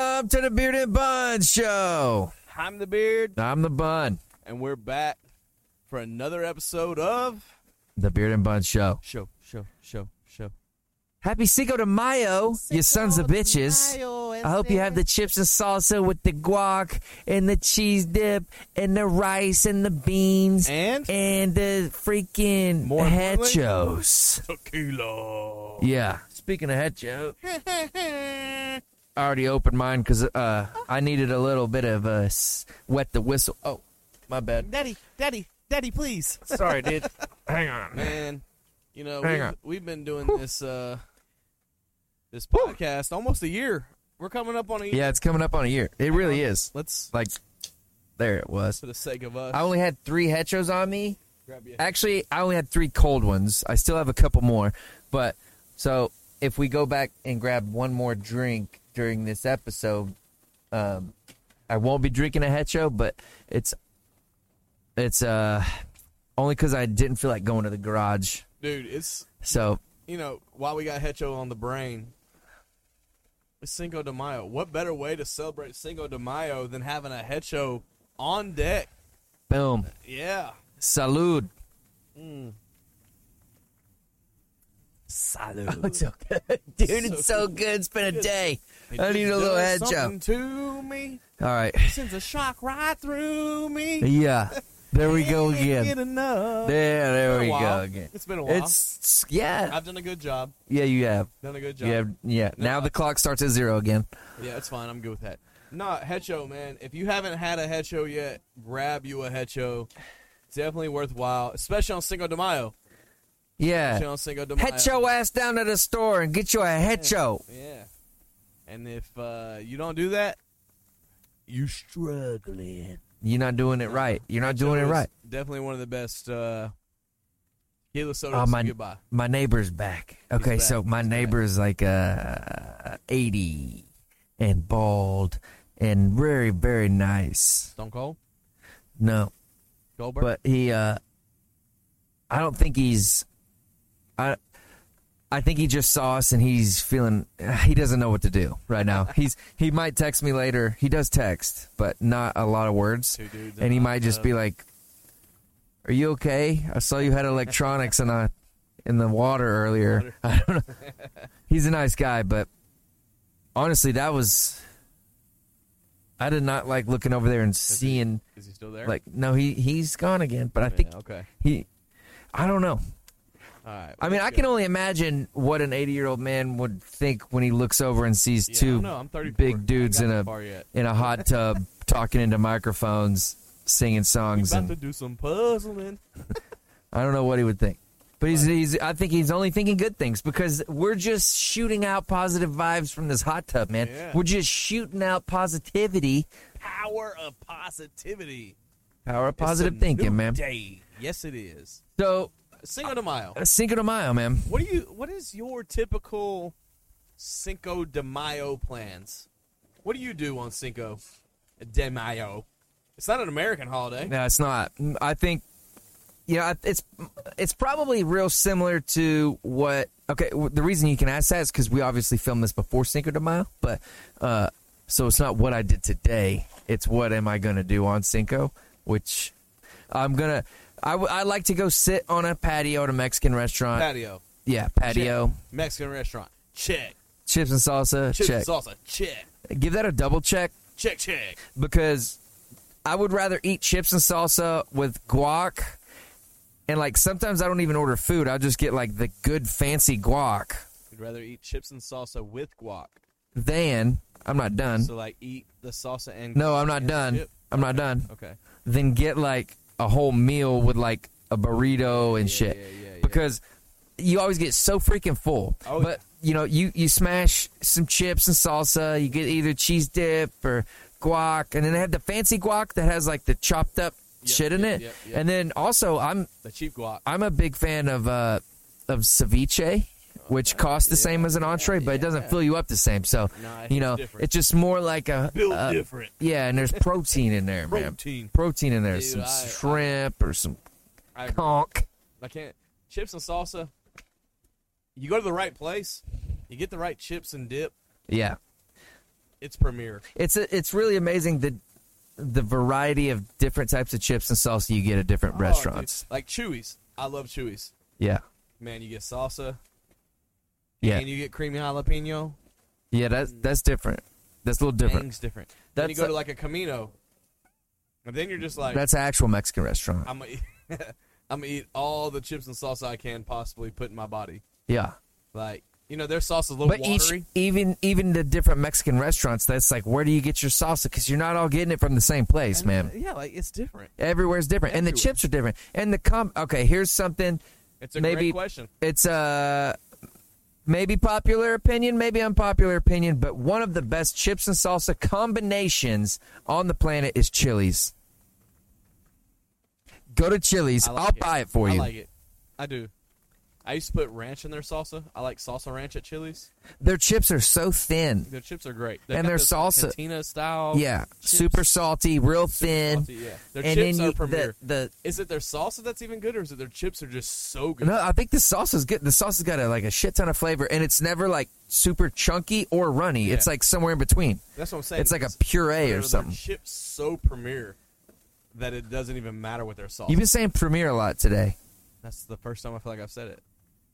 up to the Beard and Bun Show. I'm the Beard, I'm the Bun, and we're back for another episode of the Beard and Bun Show. Show, Show, Show, Show. Happy Cinco de Mayo, you sons of bitches. I hope you have the chips and salsa with the guac and the cheese dip and the rice and the beans And and the freaking More importantly- hechos. tequila. Yeah. Speaking of hecho, I already opened mine because uh, I needed a little bit of uh, s- wet the whistle. Oh, my bad. Daddy, Daddy, Daddy, please. Sorry, dude. Hang on. Man, you know Hang we've, on. we've been doing this uh this podcast almost a year. We're coming up on a year. Yeah, it's coming up on a year. It really is. Let's Like, there it was. for the sake of us I only had three hechos on me. grab you. Actually, I only had three cold ones. I still have a couple more. But so if we go back and grab one more drink during this episode, um, I won't be drinking a hecho, but it's it's uh only because I didn't feel like going to the garage. Dude, it's So you know, while we got Hecho on the brain, it's Cinco de Mayo. What better way to celebrate Cinco de Mayo than having a Hecho on deck? boom, Yeah. salud. Salud. so good, dude. it's so good. It's been a day. I need a little head Something job. to me All right. sends a shock right through me. Yeah. There we go Can't Get again. enough. There, there Been a we go while. again. It's been a while. It's yeah, I've done a good job. yeah. You have, Done a good job. you have, yeah. No, now I- the clock starts at zero again. Yeah, it's fine. I'm good with that. Nah, Hecho, man. If you haven't had a Hecho yet, grab you a Hecho. Definitely worthwhile, especially on Cinco de Mayo. Especially Yeah. on Cinco de Mayo. Head your ass down to the store and get you a hecho. Yeah. And if uh, you don't do that, you struggling. You're not doing it right. You're not doing it Hecho is right. Definitely one of the best uh, tequila sodas Oh, to my- get by. My neighbor's back. Okay, back. so my He's back. neighbor's like uh, 80 and bald and very very nice. Stone Cold No, Goldberg. but he uh i don't think he's i i think he just saw us and he's feeling he doesn't know what to do right now he's he might text me later he does text but not a lot of words Two dudes in and he a hot might just tub. be like are you okay i saw you had electronics in a in the water earlier i don't know he's a nice guy but honestly that was i did not like looking over there and seeing is he still there? like no he he's gone again but i Yeah, think okay. he i don't know All right. i mean i can only imagine what an 80 year old man would think when he looks over and sees two No, I'm 34. I big ain't dudes got in that a far yet. in a hot tub talking into microphones singing We songs about to and do some puzzling. i don't know what he would think but he's, he's i think he's only thinking good things because we're just shooting out positive vibes from this hot tub man Yeah. we're just shooting out positivity Power of positivity. power of It's a positive thinking new man Day. Yes, it is. so uh, Cinco de Mayo. cinco de mayo man What do you? What is your typical Cinco de Mayo plans? What do you do on Cinco de Mayo? It's not an American holiday. No, it's not. I think, you know, it's it's probably real similar to what. Okay, w- the reason you can ask that is because we obviously filmed this before Cinco de Mayo, but uh, so it's not what I did today. It's what am I going to do on Cinco, which I'm gonna. I, w- I like to go sit on a patio at a Mexican restaurant. Patio. yeah, patio, Check. Mexican restaurant. Check. chips and salsa. Chips check. and salsa. Check. Give that a double check Check. Check. because I would rather eat chips and salsa with guac. And like sometimes I don't even order food. I'll just get like the good fancy guac. You'd rather eat chips and salsa with guac. Then I'm not done. So like eat the salsa and Hmm? No, I'm not and done. chip. I'm not done. Okay. Then get like a whole meal with like a burrito and Yeah, shit. yeah, yeah, yeah. Because you always get so freaking full. Oh, but you know, you you smash some chips and salsa, you get either cheese dip or guac, and then they have the fancy guac that has like the chopped up Yep, shit in yep, it. yep, yep. And then also I'm The cheap guac. I'm a big fan of uh, of ceviche, Uh, which costs the same as an entree, but it doesn't fill you up the same. So Nah, you know, it's different. it's just more like a Built uh, different. yeah, and there's protein in there, man. Protein. Protein in there, Dude, some I- shrimp or some I agree. conch. I can't. Chips and salsa. You go to the right place. You get the right chips and dip. Yeah, its premiere. It's a, it's really amazing the the variety of different types of chips and salsa you get at different Oh, restaurants. dude, Like Chewies. I love Chewies. Yeah, Man, you get salsa. yeah, And you get creamy jalapeno. yeah. That's that's different. That's a little different. Things different. then you That's go a- to like a Camino. And then you're just like, That's an actual Mexican restaurant. I'm going to eat all the chips and salsa I can possibly put in my body. yeah, Like, you know, their sauce is a little but watery. each even even the different Mexican restaurants, that's like where do you get your salsa? Because you're not all getting it from the same place, man. uh, Yeah, like it's different. Everywhere's different, and the Everywhere. chips are different. And the com. Okay, here's something. It's a maybe great question. it's a maybe popular opinion, maybe unpopular opinion, but one of the best chips and salsa combinations on the planet is Chili's. Go to Chili's. I like I'll buy it for I you. like it. I do. I used to put ranch in their salsa. I like salsa ranch at Chili's. Their chips are so thin. Their chips are great. And got their this salsa- Cantina style. yeah, chips. super salty, real thin. salty, yeah. Their and chips then are you, premier. the, the Is it their salsa that's even good, or is it their chips are just so good? no, I think the sauce is good. The sauce has got a, like a shit ton of flavor, and it's never like super chunky or runny. It's Yeah. like somewhere in between. That's what I'm saying. It's like a puree their, or something. Their chips so premier that it doesn't even matter what their salsa. You've been saying premiere a lot today. that's the first time I feel like I've said it.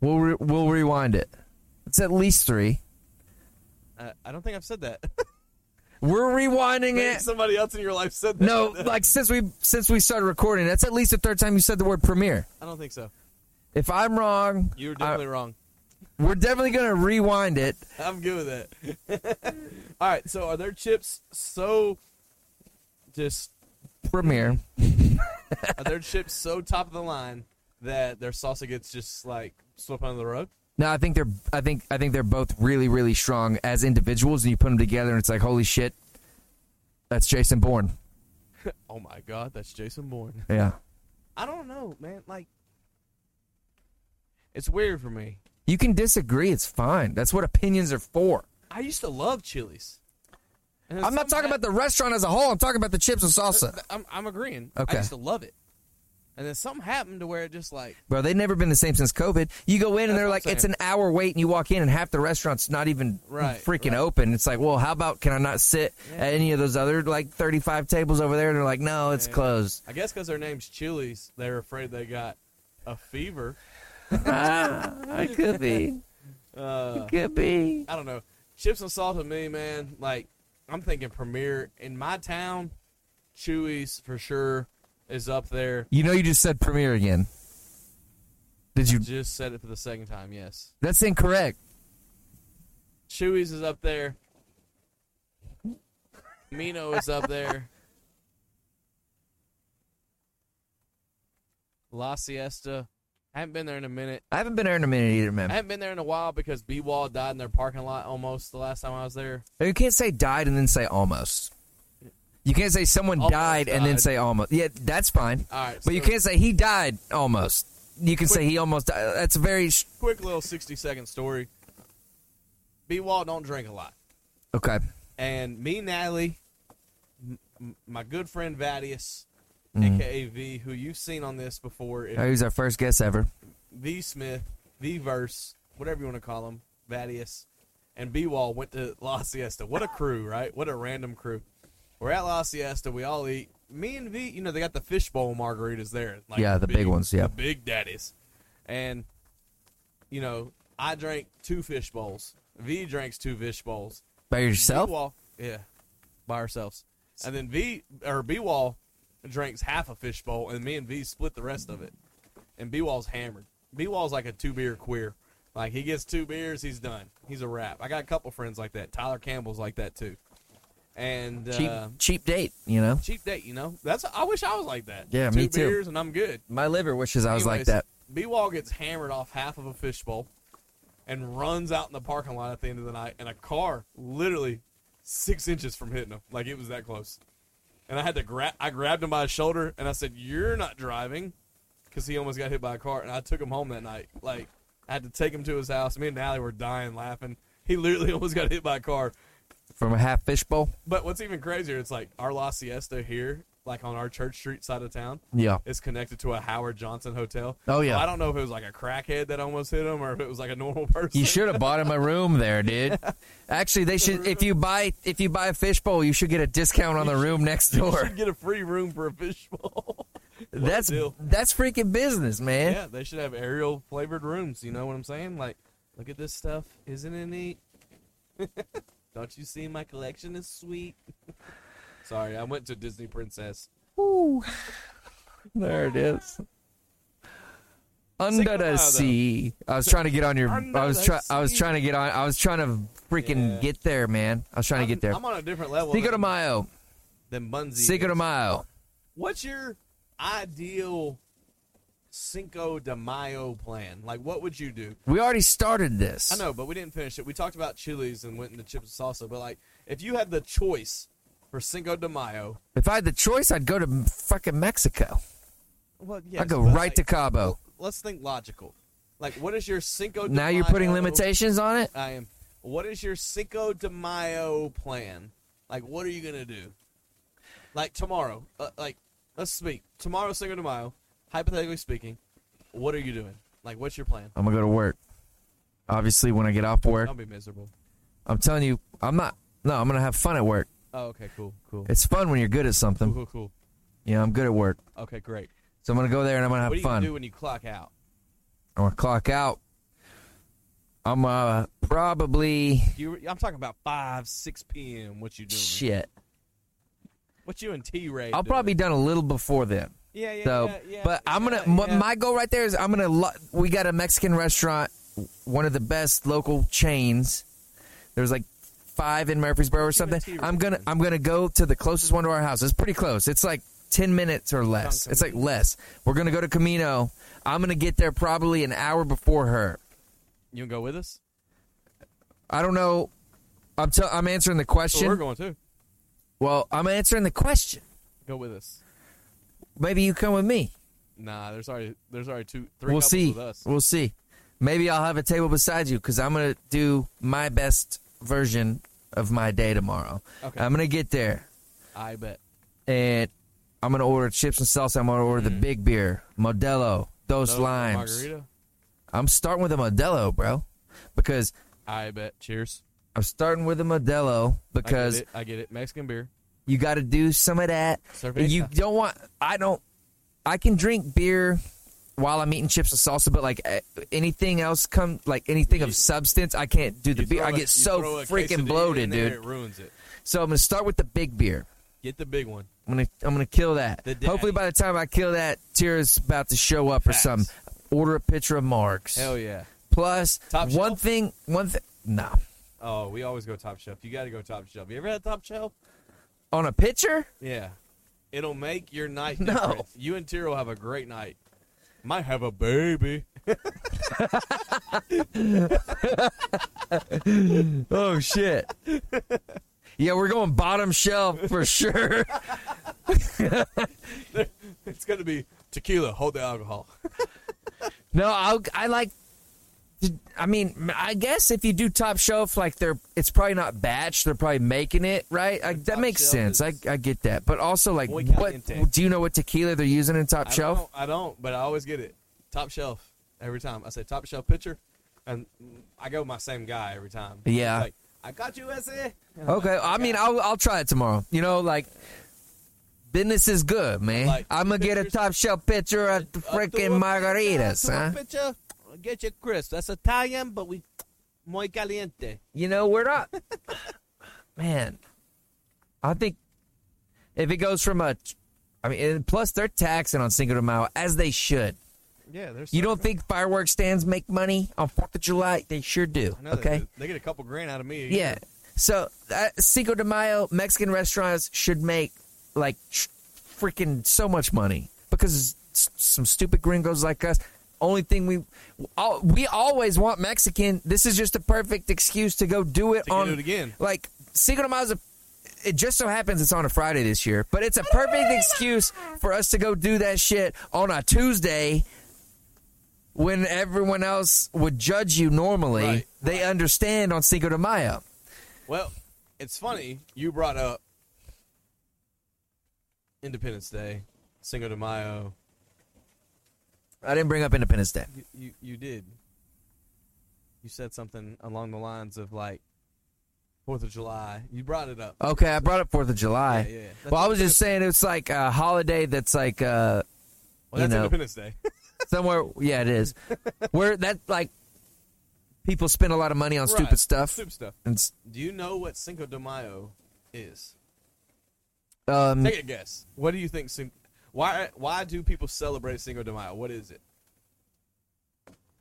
We'll re- we'll rewind it. It's at least three. I, I don't think I've said that. We're rewinding Maybe it. Somebody else in your life said that. No, like since we since we started recording, that's at least the third time you said the word premiere. I don't think so. If I'm wrong, You're I- definitely wrong. we're definitely gonna rewind it. I'm good with that. All right, so are their chips so just Premiere. are their chips so top of the line that their salsa gets just like swept under the rug? No, I think they're I think I think they're both really really strong as individuals, and you put them together, and it's like holy shit, that's Jason Bourne. Oh my god, that's Jason Bourne. Yeah, I don't know, man. Like it's weird for me. you can disagree, it's fine. That's what opinions are for. I used to love Chili's. And then I'm not some- talking about the restaurant as a whole. I'm talking about the chips and salsa, I'm, I'm agreeing. Okay. I used to love it. And then something happened to where it just like bro. They've never been the same since COVID. You go in and That's they're what I'm like, saying. it's an hour wait, and you walk in and half the restaurant's not even Right, freaking right. open. It's like, well, how about can I not sit Yeah. at any of those other like 35 tables over there? And they're like, no, it's Yeah. closed. I guess because their name's Chili's, they're afraid they got a fever. ah, it could be, Uh, it could be. I don't know. Chips and salt to me, man. Like I'm thinking Premier in my town, Chewy's for sure is up there. You know, you just said premiere again. Did you? Just said it for the second time. Yes, That's incorrect. Chewy's is up there. Mino is up there. La Siesta. I haven't been there in a minute. I haven't been there in a minute either, I man. haven't been there in a while because B Wall died in their parking lot almost the last time I was there. You can't say died and then say almost. You can't say someone Almost died and then died. say almost. Yeah, that's fine. All right, But you so- can't say he died almost. You can say Quick- he almost died. That's a very sh- Quick little 60 second story. B Wall don't drink a lot. okay. and me, Natalie, m- m- my good friend Vadius, Mm-hmm. aka V, who you've seen on this before, Oh, he if was our first guest ever. V Smith, V Verse, whatever you want to call him, Vadius, and B Wall went to La Siesta. What a crew, right? What a random crew. We're at La Siesta. We all eat. Me and V, you know, they got the fishbowl margaritas there. Like Yeah, the big ones, yeah. the big daddies, and you know, I drank two fish bowls. V drinks two fish bowls. By yourself? B-Wall, yeah, by ourselves. And then V or B Wall drinks half a fishbowl, and me and V split the rest of it. And B Wall's hammered. B Wall's like a two beer queer. Like he gets two beers, he's done. He's a wrap. I got a couple friends like that. Tyler Campbell's like that too. And Cheap, uh, cheap date. You know, cheap date, you know. That's I wish I was like that. Yeah, two me too. beers and I'm good. my liver wishes I was like Anyways, that. B Wall gets hammered off half of a fishbowl and runs out in the parking lot at the end of the night, and a car literally six inches from hitting him. Like it was that close. And I had to grab, I grabbed him by his shoulder and I said, You're not driving. Because he almost got hit by a car, and I took him home that night. Like, I had to take him to his house. Me and Allie were dying laughing. He literally almost got hit by a car. From a half fishbowl. But what's even crazier, it's like our La Siesta here like on our Church Street side of town. Yeah. It's connected to a Howard Johnson hotel. Oh, yeah. So I don't know if it was like a crackhead that almost hit him or if it was like a normal person. You should have bought him a room there, dude. Actually, they should. If you buy if you buy a fishbowl, you should get a discount on the room next door. should get a free room for a fishbowl. That's deal. that's freaking business, man. yeah, they should have aerial flavored rooms. You know what I'm saying? Like, look at this stuff. Isn't it neat? don't you see my collection is sweet? Sorry, I went to Disney Princess. Woo. There it is. Under Cinco de Mayo, the though. sea. I was trying to get on your. Under I was the trying. I was sea. trying to get on. I was trying to freaking Yeah. get there, man. I was trying I'm- to get there. I'm on a different level Cinco de than, Mayo. than Bunzi. Cinco de Mayo. What's your ideal Cinco de Mayo plan? Like, what would you do? We already started this. I know, but we didn't finish it. We talked about chilies and went into chips and salsa, but like, if you had the choice for Cinco de Mayo, If I had the choice, I'd go to fucking Mexico. well, yes, I'd go but, right like, to Cabo. Let's think logical. Like, what is your Cinco? de Now you're putting Mayo- limitations on it. I am. What is your Cinco de Mayo plan? Like, what are you gonna do? Like tomorrow, uh, like let's speak tomorrow Cinco de Mayo. Hypothetically speaking, what are you doing? Like, what's your plan? I'm gonna go to work. Obviously, when I get off work, Don't be miserable. I'm telling you, I'm not. No, I'm gonna have fun at work. Oh, okay, cool, cool, It's um, fun when you're good at cool, something. cool, cool. Yeah, I'm good at work, Okay, great. so I'm gonna go there and I'm gonna what have do you gonna fun. do when you clock out? I'm gonna clock out. I'm uh probably You, I'm talking about five, six p.m. What you doing? shit. What you and T Ray? I'll doing? probably be done a little before then. Yeah, yeah, So, yeah, yeah, but I'm gonna. yeah, my- yeah. My goal right there is I'm gonna. Lo- we got a Mexican restaurant, one of the best local chains. There's like five in Murfreesboro or something. tea I'm right gonna. I'm gonna go to the closest one to our house. It's pretty close. It's like ten minutes or less. on It's like less. We're gonna go to Camino. I'm gonna get there probably an hour before her. You gonna go with us? I don't know. I'm tell. I'm answering the Well, we're question. going too. Well, I'm answering the question. Go with us. Maybe you come with me. Nah, there's already there's already two three We'll couples see. with us. We'll see. Maybe I'll have a table beside you because I'm gonna do my best version of my day tomorrow. Okay. I'm gonna get there I bet. and I'm gonna order chips and salsa. I'm gonna order the big beer, Modelo, those, Those limes. Mm. Margarita. I'm starting with a Modelo, bro, because I bet. Cheers. I'm starting with a Modelo I get because it, I get it. Mexican beer. you got to do some of that. Cerveza. You don't want. I don't. I can drink beer while I'm eating chips and salsa, but like eh, anything else, come like anything You- of substance, I can't do the You beer. throw I a- you get so throw a quesadilla freaking in bloated, there, dude. It ruins it. So I'm gonna start with the big beer. Get the big one. I'm gonna I'm gonna kill that. The daddy. Hopefully, by the time I kill that, Tira's about to show up or Facts. something. Order a picture of Mark's. Hell yeah. Plus, Top one shelf? thing, one thing. No, Oh, we always go top shelf. You got to go top shelf. You ever had top shelf? on a picture. Yeah. It'll make your night. No. different. You and Tiro have a great night. Might have a baby. Oh shit. yeah, we're going bottom shelf for sure. It's gonna be tequila. Hold the alcohol. No, I I like. I mean, I guess if you do top shelf, like they're, it's probably not batch. They're probably making it right. Like, that Top makes shelf sense. is- I, I get that, but also like, Muy what caliente. do you know? What tequila they're using in top I shelf? Don't, I don't, but I always get it. Top shelf every time. I say top shelf pitcher, and I go with my same guy every time. Yeah. He's like, I got you, SA. And I'm like, Okay, I mean, I'll I'll try it tomorrow. You know, like business is good, man. Like, I'm gonna get a pictures- top shelf picture of "Up to a pitcher, freaking margaritas, up to a huh? pitcher, get you crisp. That's Italian, but we muy caliente. You know, we're not. man, I think if it goes from a, I mean, and plus they're taxing on Cinco de Mayo as they should. Yeah, there's. You don't think fireworks stands make money on Fourth of July? They sure do. They, Okay, do. They get a couple grand out of me. a year. yeah. So uh, Cinco de Mayo Mexican restaurants should make like tr- freaking so much money because s- some stupid gringos like us. Only thing we all, we always want Mexican. This is just a perfect excuse to go do it To on do it again. Like Cinco de Mayo's a. It just so happens it's on a Friday this year, but it's a perfect excuse for us to go do that shit on a Tuesday when everyone else would judge you normally. Right, they understand on Cinco de Mayo. Well, it's funny you brought up Independence Day, Cinco de Mayo. I didn't bring up Independence Day. You, you, you did. You said something along the lines of like Fourth of July. You brought it up. Okay, I brought up Fourth of July. Yeah, yeah. That's Well, I was just saying it's like a holiday that's like uh, you Well, that's know. Independence Day. somewhere. Yeah, it is. Where that like people spend a lot of money on Right. stupid stuff. Stupid stuff. And s- Do you know what Cinco de Mayo is? um, Take a guess. What do you think? Cin- Why why do people celebrate Cinco de Mayo? What is it?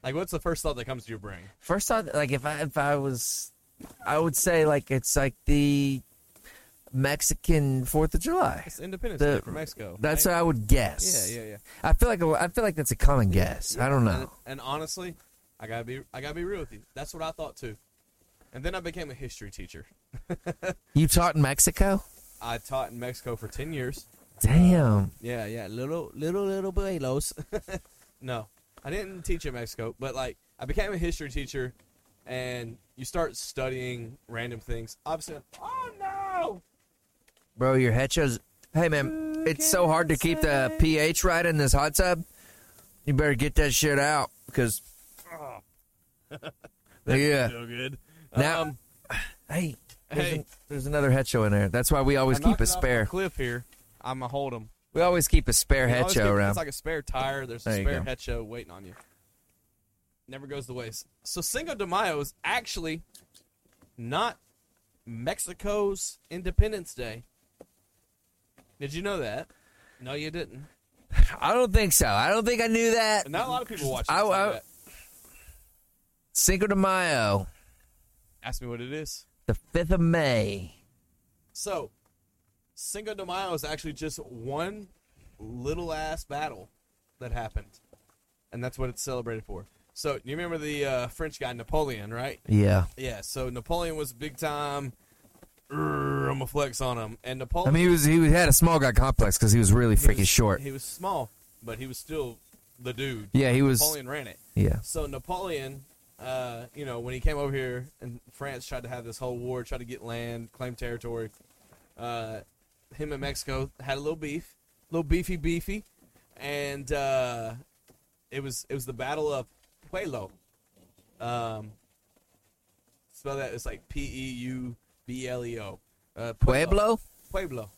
Like, what's the first thought that comes to your brain? first off, like if I if I was, I would say like it's like the Mexican Fourth of July. It's Independence The- Day for Mexico. That's what right? I would guess. Yeah, yeah, yeah. I feel like a, I feel like that's a common guess. I don't And, know. and honestly, I gotta be I gotta be real with you. That's what I thought too. And then I became a history teacher. You taught in Mexico? I taught in Mexico for ten years. Damn. Yeah, yeah, little little little buelos. no, I didn't teach in Mexico, but like I became a history teacher, and you start studying random things. Obviously, oh no, Bro, your head shows. Hey, man, it's so hard to keep the pH right in this hot tub. You better get that shit out because. yeah. so good. Now, um, hey, there's, hey. an- there's another hecho in there. That's why we always I'm keep knocking a off my spare. cliff here. I'm gonna hold them. We always keep a spare You always hecho get- around. It's like a spare tire. There's a There you spare go. hecho waiting on you. Never goes to waste. So Cinco de Mayo is actually not Mexico's Independence Day. Did you know that? No, you didn't. I don't think so. I don't think I knew that. And not a lot of people watch. I- this, I I- bet. Cinco de Mayo, Ask me what it is. the 5th of May. So, Cinco de Mayo is actually just one little ass battle that happened, and that's what it's celebrated for. So, you remember the uh, French guy Napoleon, right? Yeah. Yeah, so Napoleon was big time. Urgh, I'm gonna flex on him, and I Napoleon. mean, he was he had a small guy complex because he was really he was- freaking short. He was small, but he was still the dude. yeah, he was. Napoleon ran it. Yeah. So Napoleon, uh, you know, when he came over here and France tried to have this whole war, tried to get land, claim territory. Uh, him and Mexico had a little beef, little beefy beefy, and uh, it was it was the Battle of Pueblo. Um, spell that. It's like P E U B L E O. Uh, Pueblo? Pueblo.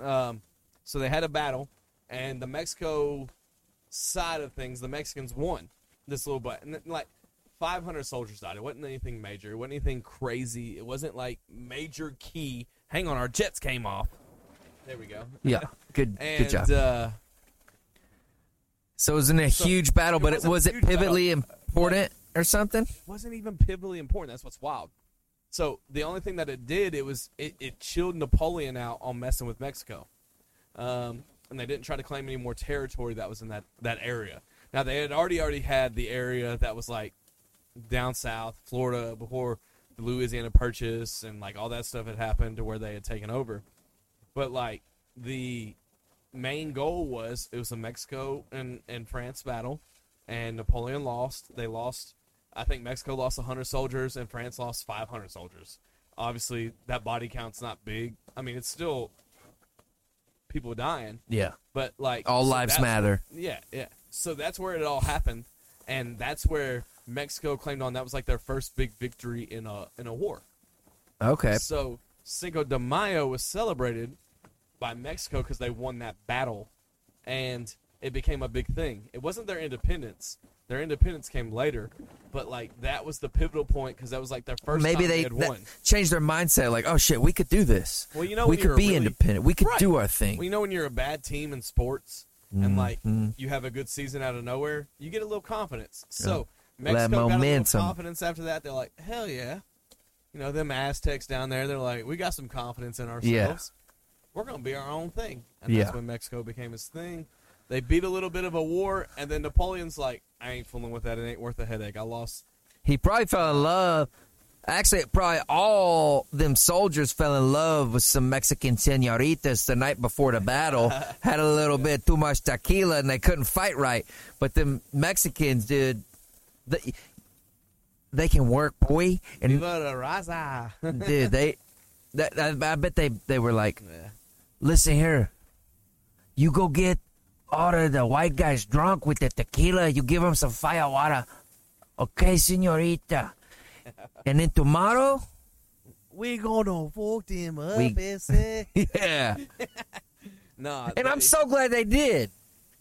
Um, so they had a battle, and the Mexico side of things, the Mexicans won this little but, and then, like 500 soldiers died. It wasn't anything major. It wasn't anything crazy. It wasn't like major key. Hang on, our jets came off. There we go. Yeah. Good. And good job. Uh, So it was in a So huge battle, it but it, wasn't was a it huge battle. pivotally important or something? wasn't even pivotally important. That's what's wild. So the only thing that it did, it was it, it chilled Napoleon out on messing with Mexico, um, and they didn't try to claim any more territory that was in that that area. Now they had already already had the area that was like down south, Florida, before the Louisiana Purchase and like all that stuff had happened to where they had taken over. But like the main goal was it was a Mexico and, and France battle, and Napoleon lost. They lost. I think Mexico lost 100 soldiers and France lost 500 soldiers. Obviously, that body count's not big. I mean, it's still people dying, Yeah. but like All so lives that's- matter. Yeah, yeah. So that's where it all happened, and that's where Mexico claimed on. That was like their first big victory in a in a war. Okay. So Cinco de Mayo was celebrated by Mexico because they won that battle, and it became a big thing. It wasn't their independence; their independence came later, but like that was the pivotal point because that was like their first. Maybe time they had that- won. changed their mindset. Like, oh shit, we could do this. Well, you know, we when you're could be really- independent. We could Right. do our thing. Well, you know, when you're a bad team in sports and like Mm-hmm. you have a good season out of nowhere, you get a little confidence. So Mexico got a little momentum. confidence after that. They're like, hell yeah. You know, them Aztecs down there, they're like, we got some confidence in ourselves. We're going to be our own thing. And Yeah. that's when Mexico became his thing. They beat a little bit of a war, and then Napoleon's like, I ain't fooling with that. It ain't worth a headache. I lost. he probably fell in love. Actually, probably all them soldiers fell in love with some Mexican senoritas the night before the battle. Had a little bit too much tequila and they couldn't fight right. But them Mexicans, dude, they, they can work, boy. And Viva la raza. dude, they, that, I, I bet they they were like, Yeah. listen here, You go get all of the white guys drunk with the tequila. You give them some fire water. Okay, senorita. And then tomorrow, We're gonna fuck them up We- and say yeah. Nah, And that- I'm so glad they did.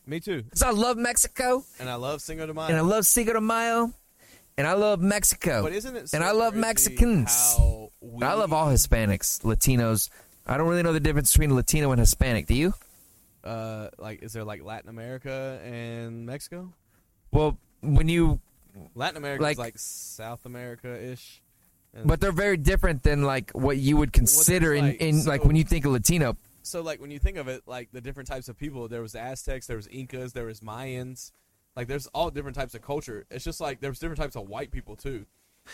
me too. Because I love Mexico And I love Cinco de Mayo. and I love Cinco de Mayo and I love Mexico. but isn't it? So and I love crazy Mexicans. how we- And I love all Hispanics, Latinos. I don't really know the difference between Latino and Hispanic. Do you? Uh, like, is there like Latin America and Mexico? Well, when you, Latin America Like- is like South America ish. but they're very different than like what you would consider in, like, in like so- when you think of Latino. so like when you think of it, like the different types of people, there was Aztecs, there was Incas, there was Mayans. Like there's all different types of culture. It's just like there's different types of white people too.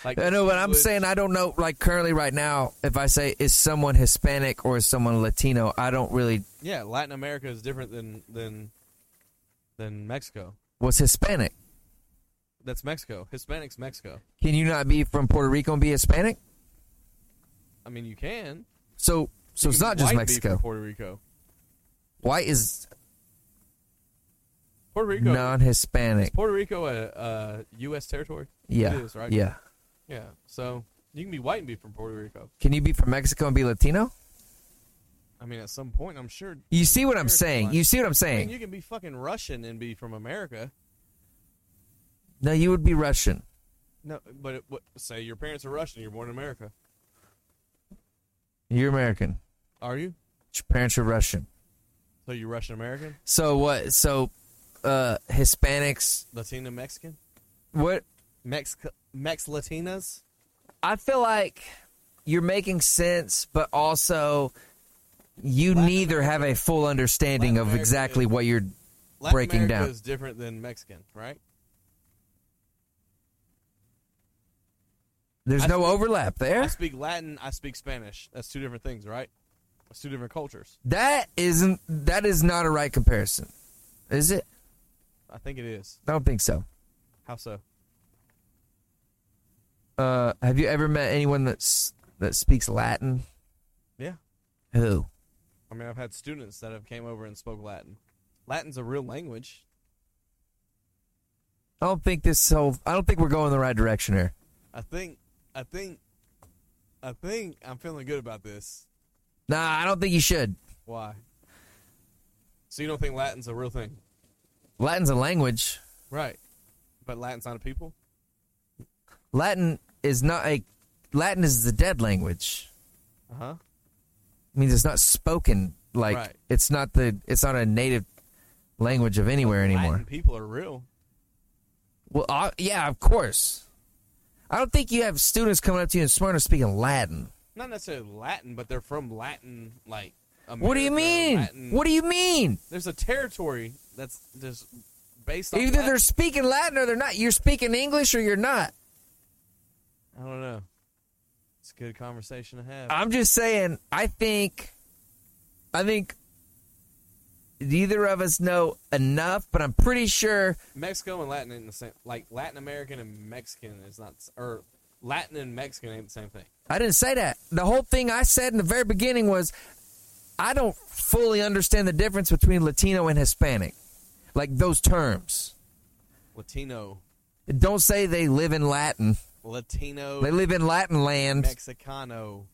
Like I know, but I'm English- saying I don't know. Like currently, right now, if I say is someone Hispanic or is someone Latino, I don't really. yeah, Latin America is different than than than Mexico. What's Hispanic? That's Mexico. Hispanics Mexico. Can you not be from Puerto Rico and be Hispanic? I mean, you can. So, so You it's can not just white be Mexico. from Puerto Rico. White is Puerto Rico. non-Hispanic. Is Puerto Rico uh, a, a U.S. territory? Yeah, It is, right? yeah. Yeah. So you can be white and be from Puerto Rico. Can you be from Mexico and be Latino? I mean, at some point, I'm sure. You see what I'm America's saying? white. You see what I'm I mean, saying? you can be fucking Russian and be from America. No, you would be Russian. No, but it, what, say your parents are Russian. You're born in America. You're American. Are you? Your parents are Russian. So you're Russian American, So what? So uh Hispanics? Latino Mexican, What? Mex Mex Latinas. I feel like you're making sense, but also you Latin neither have a full understanding Latin of America exactly is- what you're. Latin Breaking America down. is different than Mexican, right? There's I no speak- overlap I there. speak Latin. I speak Spanish. That's two different things, right? That's two different cultures. That isn't. That is not a right comparison, is it? I think it is. I don't think so. How so? Uh, have you ever met anyone that's that speaks Latin? Yeah. Who? I mean, I've had students that have came over and spoke Latin. Latin's a real language. I don't think this whole. I don't think we're going the right direction here. I think. I think. I think I'm feeling good about this. Nah, I don't think you should. Why? So you don't think Latin's a real thing, Latin's a language. right? But Latin's not a people. Latin is not a. Latin is the dead language. Uh huh. It means it's not spoken. Like Right. it's not the. It's not a native language of anywhere anymore. Latin people are real. Well, uh, yeah, of course. I don't think you have students coming up to you in Smyrna speaking Latin. Not necessarily Latin, but they're from Latin, like. America, what do you mean? Latin. What do you mean? There's a territory that's just based on. Either they're speaking Latin or they're not. You're speaking English or you're not. I don't know. It's a good conversation to have. I'm just saying. I think, I think neither of us know enough, but I'm pretty sure. Mexico and Latin ain't the same. Like Latin American and Mexican is not, or Latin and Mexican ain't the same thing. I didn't say that. The whole thing I said in the very beginning was, I don't fully understand the difference between Latino and Hispanic, like those terms. Latino, Don't say they live in Latin. Latino, They live in Latin land. Mexicano,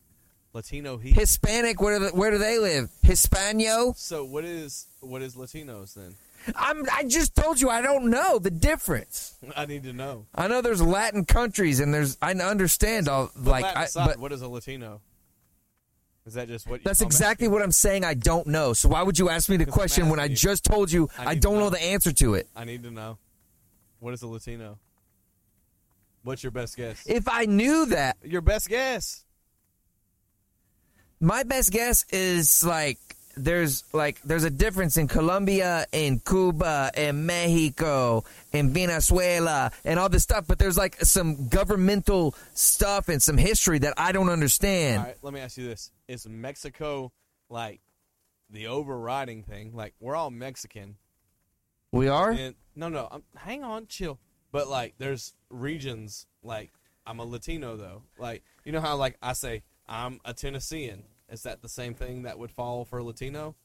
Latino heat. Hispanic, where do they, where do they live? Hispano? so what is what is Latinos then? I'm I just told you I don't know the difference. I need to know. I know there's Latin countries and there's I understand all like Latin I, aside, but what is a Latino? Is that just what? You that's call exactly what I'm saying I don't know. So why would you ask me the Because I'm question when I asking you. just told you I I, need to don't know. know. the answer to it? Mexican? I need to know. What is a Latino? What's your best guess? If I knew that, your best guess. my best guess is like there's like there's a difference in Colombia and Cuba and Mexico and Venezuela and all this stuff, but there's like some governmental stuff and some history that I don't understand. All right, let me ask you this: Is Mexico like the overriding thing? Like we're all Mexican. We are. And, no, no. I'm, hang on, chill. But like, there's regions like I'm a Latino though. Like you know how like I say I'm a Tennessean. Is that the same thing that would fall for Latino?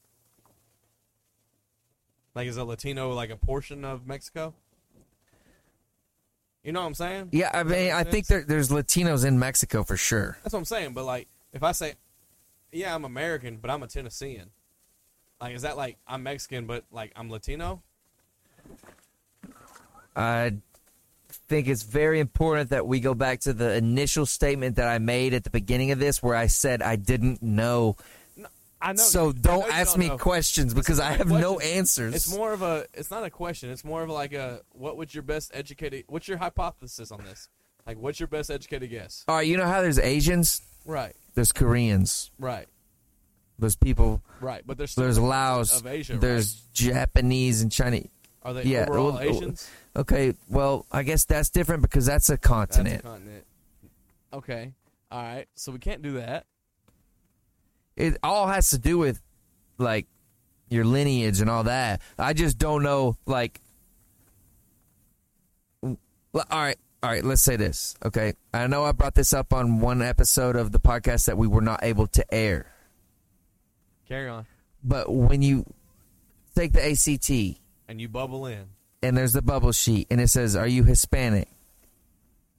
Like, is a Latino like a portion of Mexico? You know what I'm saying? Yeah, I mean, I think there, there's Latinos in Mexico for sure. That's what I'm saying. But like, if I say, yeah, I'm American, but I'm a Tennessean, like, is that like I'm Mexican, but like I'm Latino? I think it's very important that we go back to the initial statement that I made at the beginning of this, where I said I didn't know. I know. so I don't know you ask me know. questions because I have no questions. answers. It's more of a. It's not a question. It's more of like a. What would your best educated? What's your hypothesis on this? Like, what's your best educated guess? All right, you know how there's Asians, Right. there's Koreans, Right. there's people, Right. But there's still there's Laos, of Asia. right? there's Japanese and Chinese. are they yeah, overall well, oh, Asians? Okay, well, I guess that's different because that's a That's continent. a continent. Okay. All right. So we can't do that. it all has to do with like your lineage and all that. I just don't know like l- all right, all right, let's say this. Okay. I know I brought this up on one episode of the podcast that we were not able to air. Carry on. But when you take the ACT And you bubble in. and there's the bubble sheet and it says are you Hispanic?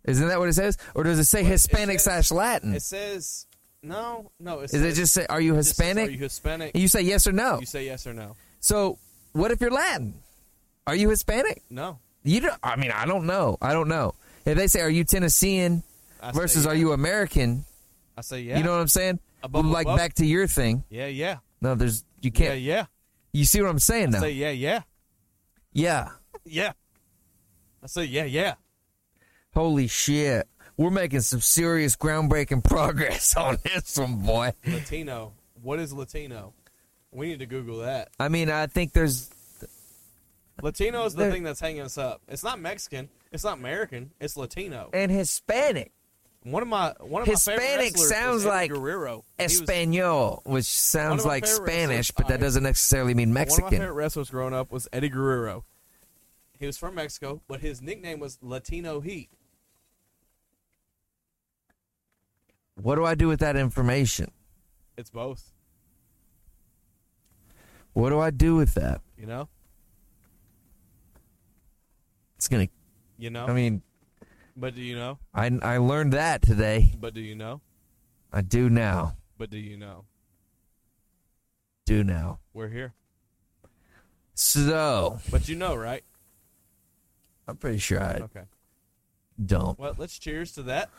Isn't that what it says? Or does it say Well, it Hispanic says- slash Latin? It says no, no. It Mm. Is says, it just say are you it just says, Hispanic? Are you Hispanic? And you say yes or no. You say yes or no. So, what if you're Latin? Are you Hispanic? No. You don't, I mean, I don't know. I don't know. If they say, "Are you Tennessean?" I say versus, yeah. "Are you American?" I say yeah. You know what I'm saying? A bubble like bubble. back to your thing. Yeah, yeah. No, there's you Yeah, can't. yeah. You see what I'm saying I though? say yeah, yeah, yeah. yeah. I say yeah, yeah. Holy shit, we're making some serious groundbreaking progress on this one, boy. Latino. What is Latino? We need to Google that. I mean, I think there's Latino is the There- thing that's hanging us up. It's not Mexican. It's not American. It's Latino. and Hispanic, One of my one of my favorite Hispanic wrestlers was sounds Eddie like Guerrero. He was- Espanol, which One sounds of my like favorite Spanish, wrestlers- but that I- doesn't necessarily mean One of my Mexican. favorite wrestlers growing up was Eddie Guerrero. He was from Mexico, but his nickname was Latino Heat. What do I do with that information? It's both, What do I do with that? you know. It's gonna. You know. I mean, but do you know? I I learned that today. But do you know? I do now. But do you know? Do now. We're here. So But you know, right? I'm pretty sure I Okay. don't. Well, let's cheers to that.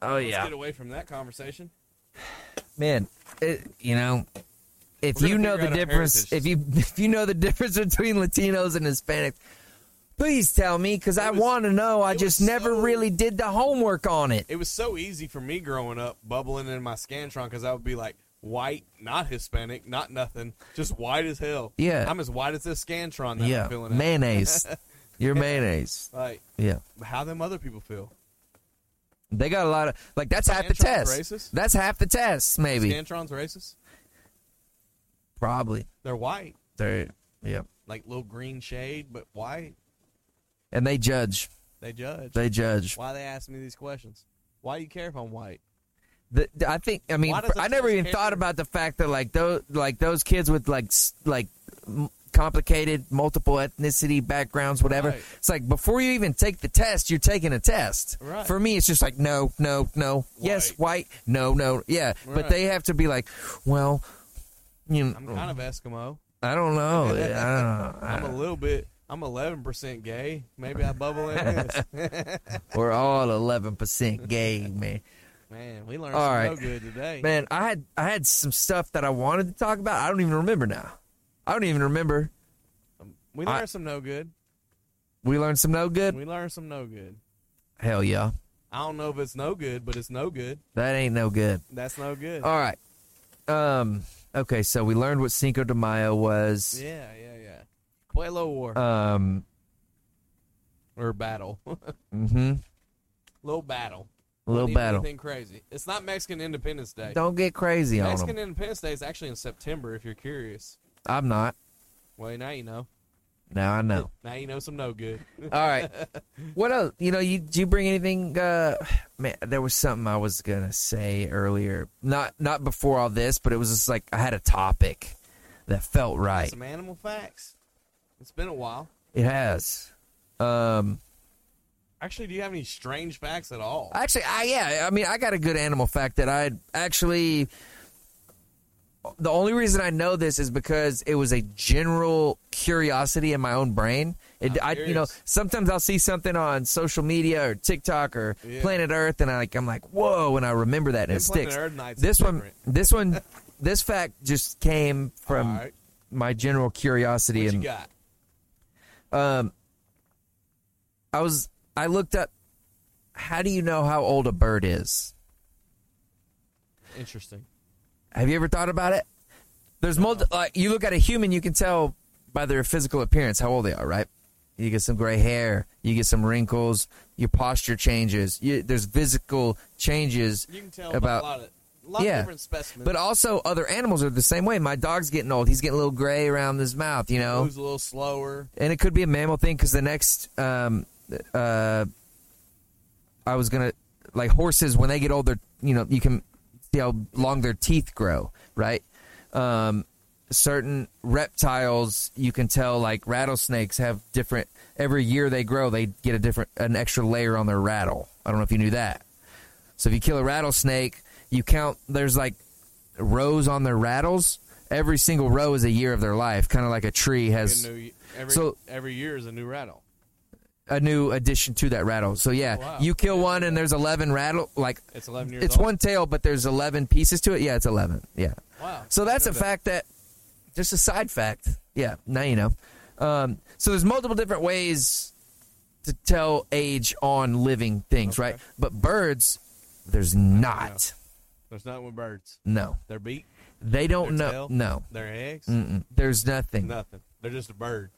Oh Let's yeah, get away from that conversation. man. It, you know, if We're gonna you know figure the out our difference, if heritage. you if you know the difference between Latinos and Hispanics, please tell me because I was- want to know. I it just was never so- really did the homework on it. It was so easy for me growing up, bubbling in my Scantron, because I would be like white, not Hispanic, not nothing, just white as hell. Yeah. I'm as white as this Scantron that yeah, I'm feeling. out. mayonnaise. Your mayonnaise. Like Yeah. how them other people feel. They got a lot of like that's half the Scantron's test. racist? That's half the test, maybe. Scantron's racist. Probably. They're white, They yeah. like little green shade, but white. And they judge. They judge. They judge. Why they ask me these questions? Why do you care if I'm white? The, the- I think I mean Why does I it never just even care? thought about the fact that like those like those kids with like s- like m- complicated multiple ethnicity backgrounds whatever Right. it's like before you even take the test you're taking a test Right. for me it's just like no no no yes white no no yeah but Right. they have to be like well you know, I'm kind of Eskimo. I don't know I don't know I'm a little bit. I'm 11% gay. Maybe I bubble in this. We're all eleven percent gay, man. Man, we learned All some right. no good today. Man, I had I had some stuff that I wanted to talk about. I don't even remember now. I don't even remember. we I- learned some no good. We learned some no good. We learned some no good. Hell yeah, I don't know if it's no good, but it's no good. that ain't no good. That's no good. All right. Um. Okay, so we learned what Cinco de Mayo was. yeah, yeah, yeah. Pueblo war Um. or battle. Mm-hmm. Little battle. Little Don't need battle. Anything crazy. It's not Mexican Independence Day. Don't get crazy on Mexican them. Independence Day is actually in September. If you're curious. I'm not. Well, now you know. Now I know. Now you know some no good. All right. What else? You know, you do you bring anything? Uh, man, there was something I was gonna say earlier. Not not before all this, but it was just like I had a topic that felt right. Some animal facts. It's been a while. It has. Um, Actually, do you have any strange facts at all? actually, I yeah, I mean, I got a good animal fact that I actually. The only reason I know this is because it was a general curiosity in my own brain. It, I, I'm you know, curious. sometimes I'll see something on social media or TikTok or Yeah. Planet Earth, and I like, I'm like, whoa, and I remember that, and it And Planet sticks. Earth Nights this is one, different. this one, this fact just came from All right. my general curiosity What you and got? um, I was I looked up how do you know how old a bird is? Interesting. Have you ever thought about it? There's multi- like you look at a human, you can tell by their physical appearance how old they are, right? You get some gray hair, you get some wrinkles, your posture changes. You, there's physical changes You can tell about about, a lot of, a lot Yeah. of different specimens. but also other animals are the same way. My dog's getting old. He's getting a little gray around his mouth, you know. moves a little slower. and it could be a mammal thing because the next um uh i was gonna like horses when they get older you know you can see how long their teeth grow right um certain reptiles you can tell like rattlesnakes have different every year they grow they get a different an extra layer on their rattle i don't know if you knew that so if you kill a rattlesnake you count there's like rows on their rattles every single row is a year of their life kind of like a tree has Every new- every, so- every year is a new rattle. a new addition to that rattle. So yeah, Oh, wow. you kill one and there's eleven rattle like It's 11 years it's old. one tail, but there's eleven pieces to it. Yeah, it's eleven. Yeah. Wow. So that's a Didn't know that. fact that just a side fact. Yeah, now you know. Um, so there's multiple different ways to tell age on living things, right? Okay. But birds, there's not. There's nothing with birds. No, Their beak, they don't Their know. tail? No, their eggs, Mm-mm. there's nothing. nothing. They're just a bird.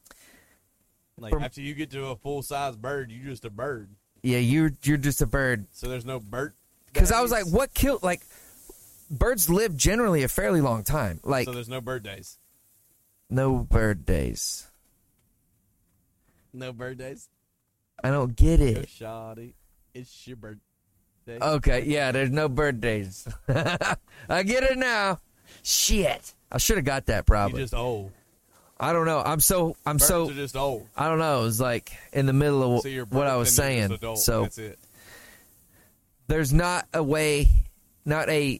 Like From- after you get to a full size bird, you're just a bird. Yeah, you're you're just a bird. So there's no bird. Because I was like, days. what killed? Like, birds live generally a fairly long time. Like, So there's no bird days. No bird days. No bird days. I don't get Go it. shoddy. It's your birthday. Okay, yeah, there's no bird days. I get it now. Shit. I should have got that you probably. just old. I don't know. I'm so I'm Birds so are just old. I don't know. It was like in the middle of So you're what I birth was and you're saying. just adult. So that's it. there's not a way, not a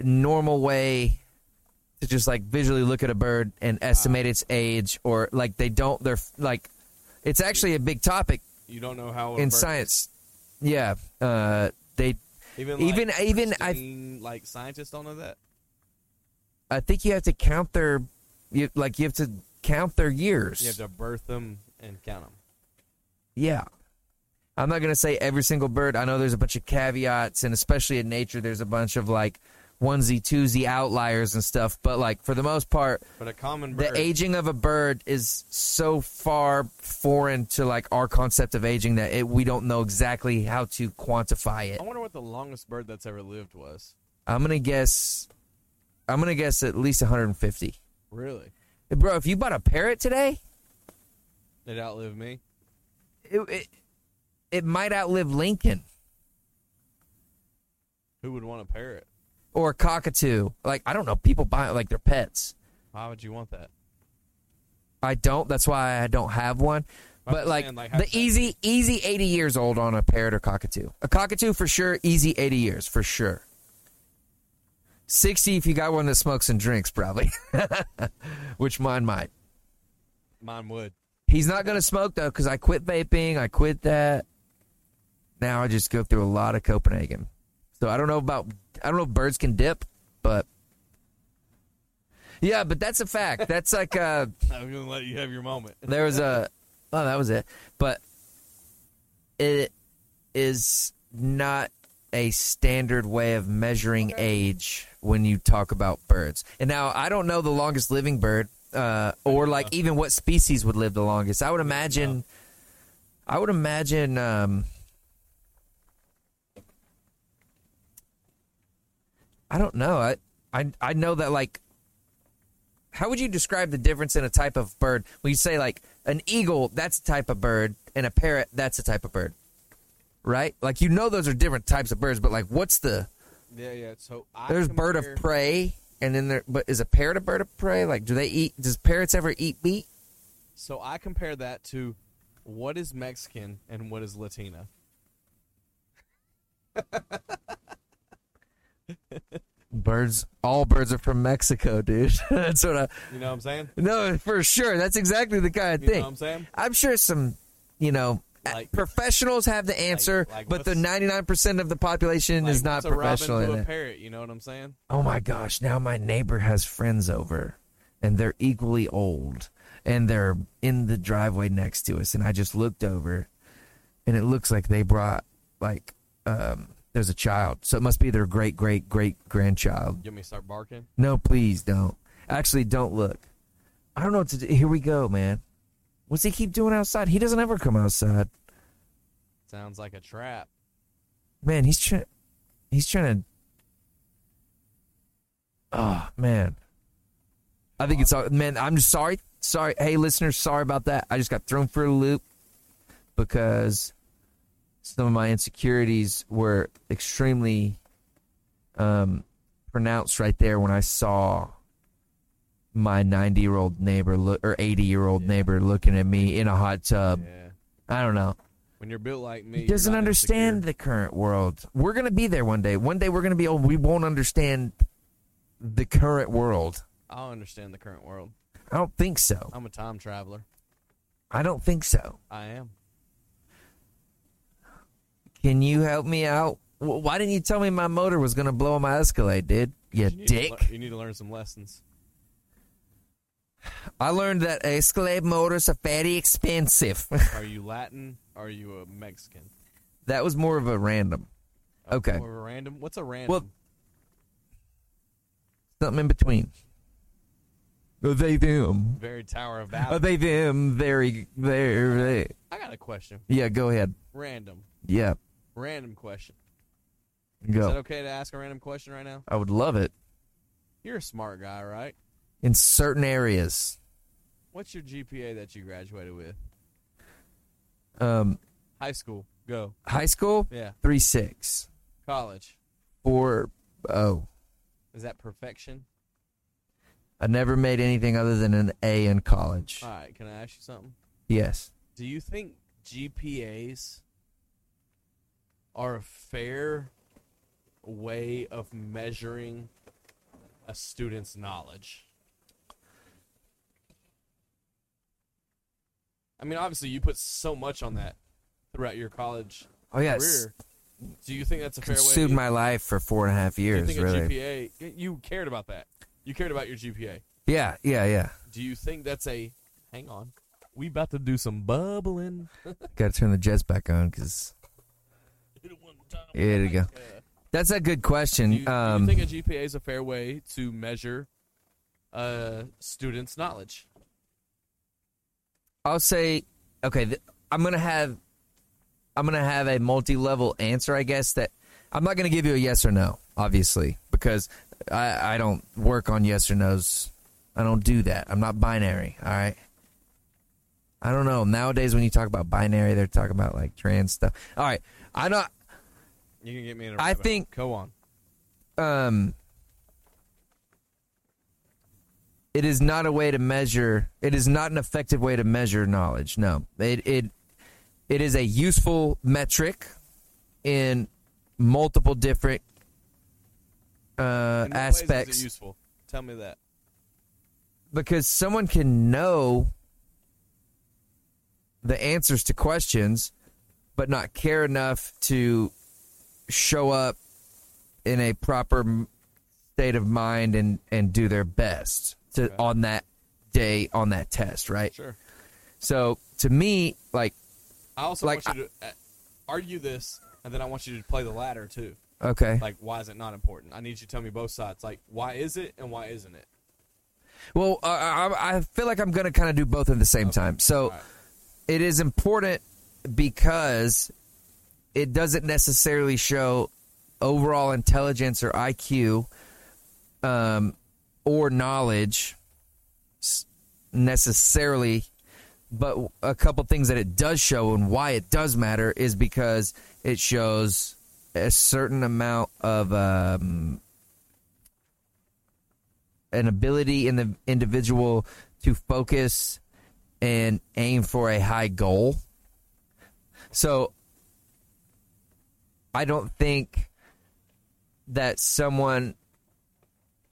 normal way to just like visually look at a bird and estimate its age or like they don't they're like it's actually a big topic You don't know how old a in bird is. science. Yeah. Uh they Even like, even even I pristine, like scientists don't know that. I think you have to count their, you, like you have to count their years. You have to birth them and count them. yeah. I'm not gonna say every single bird. I know there's a bunch of caveats, and especially in nature, there's a bunch of like onesie twosie outliers and stuff. But like for the most part, But a common bird. the aging of a bird is so far foreign to like our concept of aging that it, we don't know exactly how to quantify it. I wonder what the longest bird that's ever lived was. I'm gonna guess. I'm gonna guess at least 150. Really? Bro, if you bought a parrot today, It outlived me. it, it, it might outlive Lincoln Who would want a parrot? or a cockatoo. Like I don't know, people buy it like they're pets. Why would you want that? I don't. That's why I don't have one. I'm But just like, saying, like, the hypothetically. easy, easy eighty years old on a parrot or cockatoo. A cockatoo for sure. Easy eighty years for sure. Sixty if you got one that smokes and drinks, probably. Which mine might. Mine would. He's not gonna smoke though, because I quit vaping. I quit that. Now I just go through a lot of Copenhagen. So I don't know about I don't know if birds can dip, but yeah, but that's a fact. That's like uh I'm gonna let you have your moment. there was a oh that was it, but it is not a standard way of measuring age when you talk about birds. And now I don't know the longest living bird, uh, or like even what species would live the longest. I would imagine, I would imagine, um, I don't know. I, I I know that like how would you describe the difference in a type of bird? When you say like an eagle, that's a type of bird, and a parrot, that's a type of bird, right? Like you know those are different types of birds, but like what's the Yeah, yeah. So I there's bird of compare- prey, and then there but is a parrot a bird of prey? Like do they eat? Does parrots ever eat meat? So I compare that to what is Mexican and what is Latina. Birds, all birds are from Mexico, dude. That's what I. You know what I'm saying? No, for sure. That's exactly the kind of You thing. know what I'm saying? I'm sure some, you know, Like- professionals have the answer, like but the what's- 99% of the population is Like, not it's a professional Robin in to a it. parrot. You know what I'm saying? Oh my gosh, now my neighbor has friends over and they're equally old and they're in the driveway next to us and I just looked over and it looks like they brought like um there's a child. So it must be their great great great grandchild. You want me to start barking? No, please don't. Actually, don't look. I don't know what to do. Here we go, man. What's he keep doing outside? He doesn't ever come outside. Sounds like a trap. Man, he's trying. He's trying to. Oh man, I think it's all. Man, I'm just sorry. Sorry, hey listeners, sorry about that. I just got thrown for a loop because some of my insecurities were extremely um, pronounced right there when I saw my 90 year old neighbor look or 80 year old neighbor looking at me in a hot tub. Yeah. I don't know. When you're built like me, He doesn't you're not understand insecure. the current world. We're gonna be there one day. One day we're gonna be old. We won't understand the current world. I'll understand the current world. I don't think so. I'm a time traveler. I don't think so. I am. Can you help me out? W- Why didn't you tell me my motor was gonna blow on my Escalade, dude? You, need to dick. lear- you need to learn some lessons. I learned that Escalade motors are very expensive. Are you Latin? Are you a Mexican? that was more of a random, Uh, Okay. Or a random? What's a random? Well- something in between. Are they them? Very Tower of Are Babel. they them? Very, very. very. I got a question. Yeah, go ahead. Random. Yeah, Random question. Is that go. okay to ask a random question right now? I would love it. You're a smart guy, right? in certain areas. What's your GPA that you graduated with? Um, High school. Go. high school, Yeah. three six College. four oh. Is that perfection? I never made anything other than an A in college. All right. Can I ask you something? Yes, Do you think GPAs are a fair way of measuring a student's knowledge? I mean, obviously, you put so much on that throughout your college Oh, yeah, it's career. Do you think that's a fair consumed way? my life for four and a half do you years. think Really? a GPA? You cared about that. You cared about your GPA. Yeah, yeah, yeah. Do you think that's a? Hang on, we about to do some bubbling. Got to turn the jets back on because. There you go. That's a good question. Do you, do you um, think a GPA is a fair way to measure a student's knowledge? I'll say, okay, th- I'm gonna have, I'm gonna have a multi-level answer, I guess. That I'm not gonna give you a yes or no, obviously, because I, I don't work on yes or nos. I don't do that. I'm not binary. All right. I don't know. Nowadays, when you talk about binary, they're talking about like trans stuff. All right. I don't. You can get me in a I rabbit think- hole. Go on. um it is not a way to measure it is not an effective way to measure knowledge no it it it is a useful metric in multiple different uh In what ways is it aspects useful? Tell me that. because someone can know the answers to questions but not care enough to show up in a proper m- state of mind and and do their best to on that day on that test right Sure. so to me like I also Like, want you to uh, argue this, and then I want you to play the latter too. okay Like, why is it not important? I need you to tell me both sides. Like, why is it and why isn't it? well uh, I, I feel like i'm gonna kind of do both at the same time so Alright. it is important because it doesn't necessarily show overall intelligence or IQ um, or knowledge s- necessarily. But a couple things that it does show and why it does matter is because it shows a certain amount of um, an ability in the individual to focus and aim for a high goal. So I don't think that someone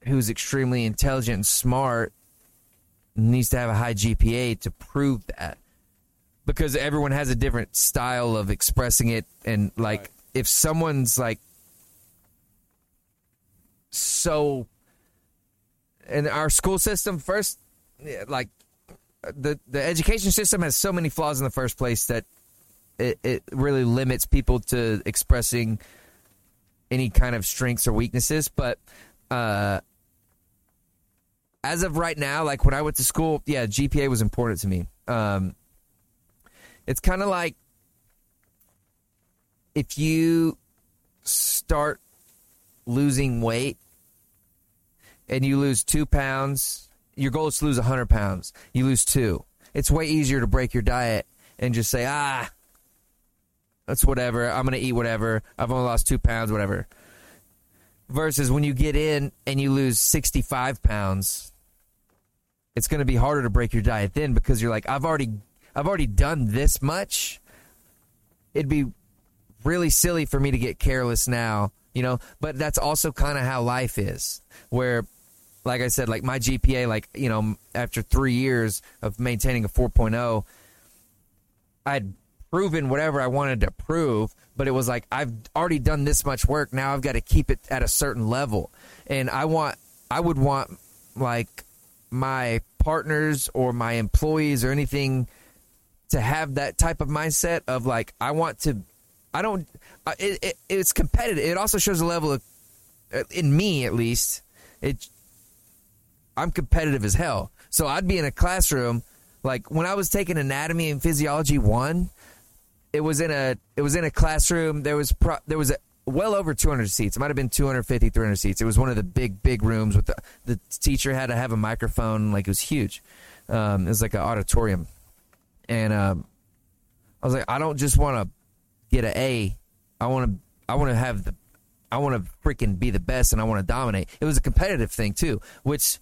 who's extremely intelligent and smart needs to have a high GPA to prove that because everyone has a different style of expressing it and like Right. if someone's like so in our school system first yeah, like the the education system has so many flaws in the first place that it, it really limits people to expressing any kind of strengths or weaknesses but uh as of right now like when i went to school yeah gpa was important to me um it's kind of like if you start losing weight and you lose two pounds, your goal is to lose 100 pounds. You lose two. It's way easier to break your diet and just say, ah, that's whatever. I'm going to eat whatever. I've only lost two pounds, whatever. Versus when you get in and you lose 65 pounds, it's going to be harder to break your diet then because you're like, I've already, I've already done this much. It'd be really silly for me to get careless now, you know. But that's also kind of how life is, where, like I said, like my GPA, like you know, after three years of maintaining a oh, 4.0, I'd proven whatever I wanted to prove, but it was like I've already done this much work. Now I've got to keep it at a certain level, and I want, I would want, like my partners or my employees or anything to have that type of mindset of like I want to I don't I- it, it, it's competitive it also shows a level of uh, in me at least it I'm competitive as hell so I'd be in a classroom like when I was taking anatomy and physiology 1 it was in a it was in a classroom there was pro, there was a, well over 200 seats it might have been 250 300 seats it was one of the big big rooms with the, the teacher had to have a microphone like it was huge um, it was like an auditorium and um, I was like, I don't just want to get an A. I want to, I want to have the, I want to freaking be the best, and I want to dominate. It was a competitive thing too, which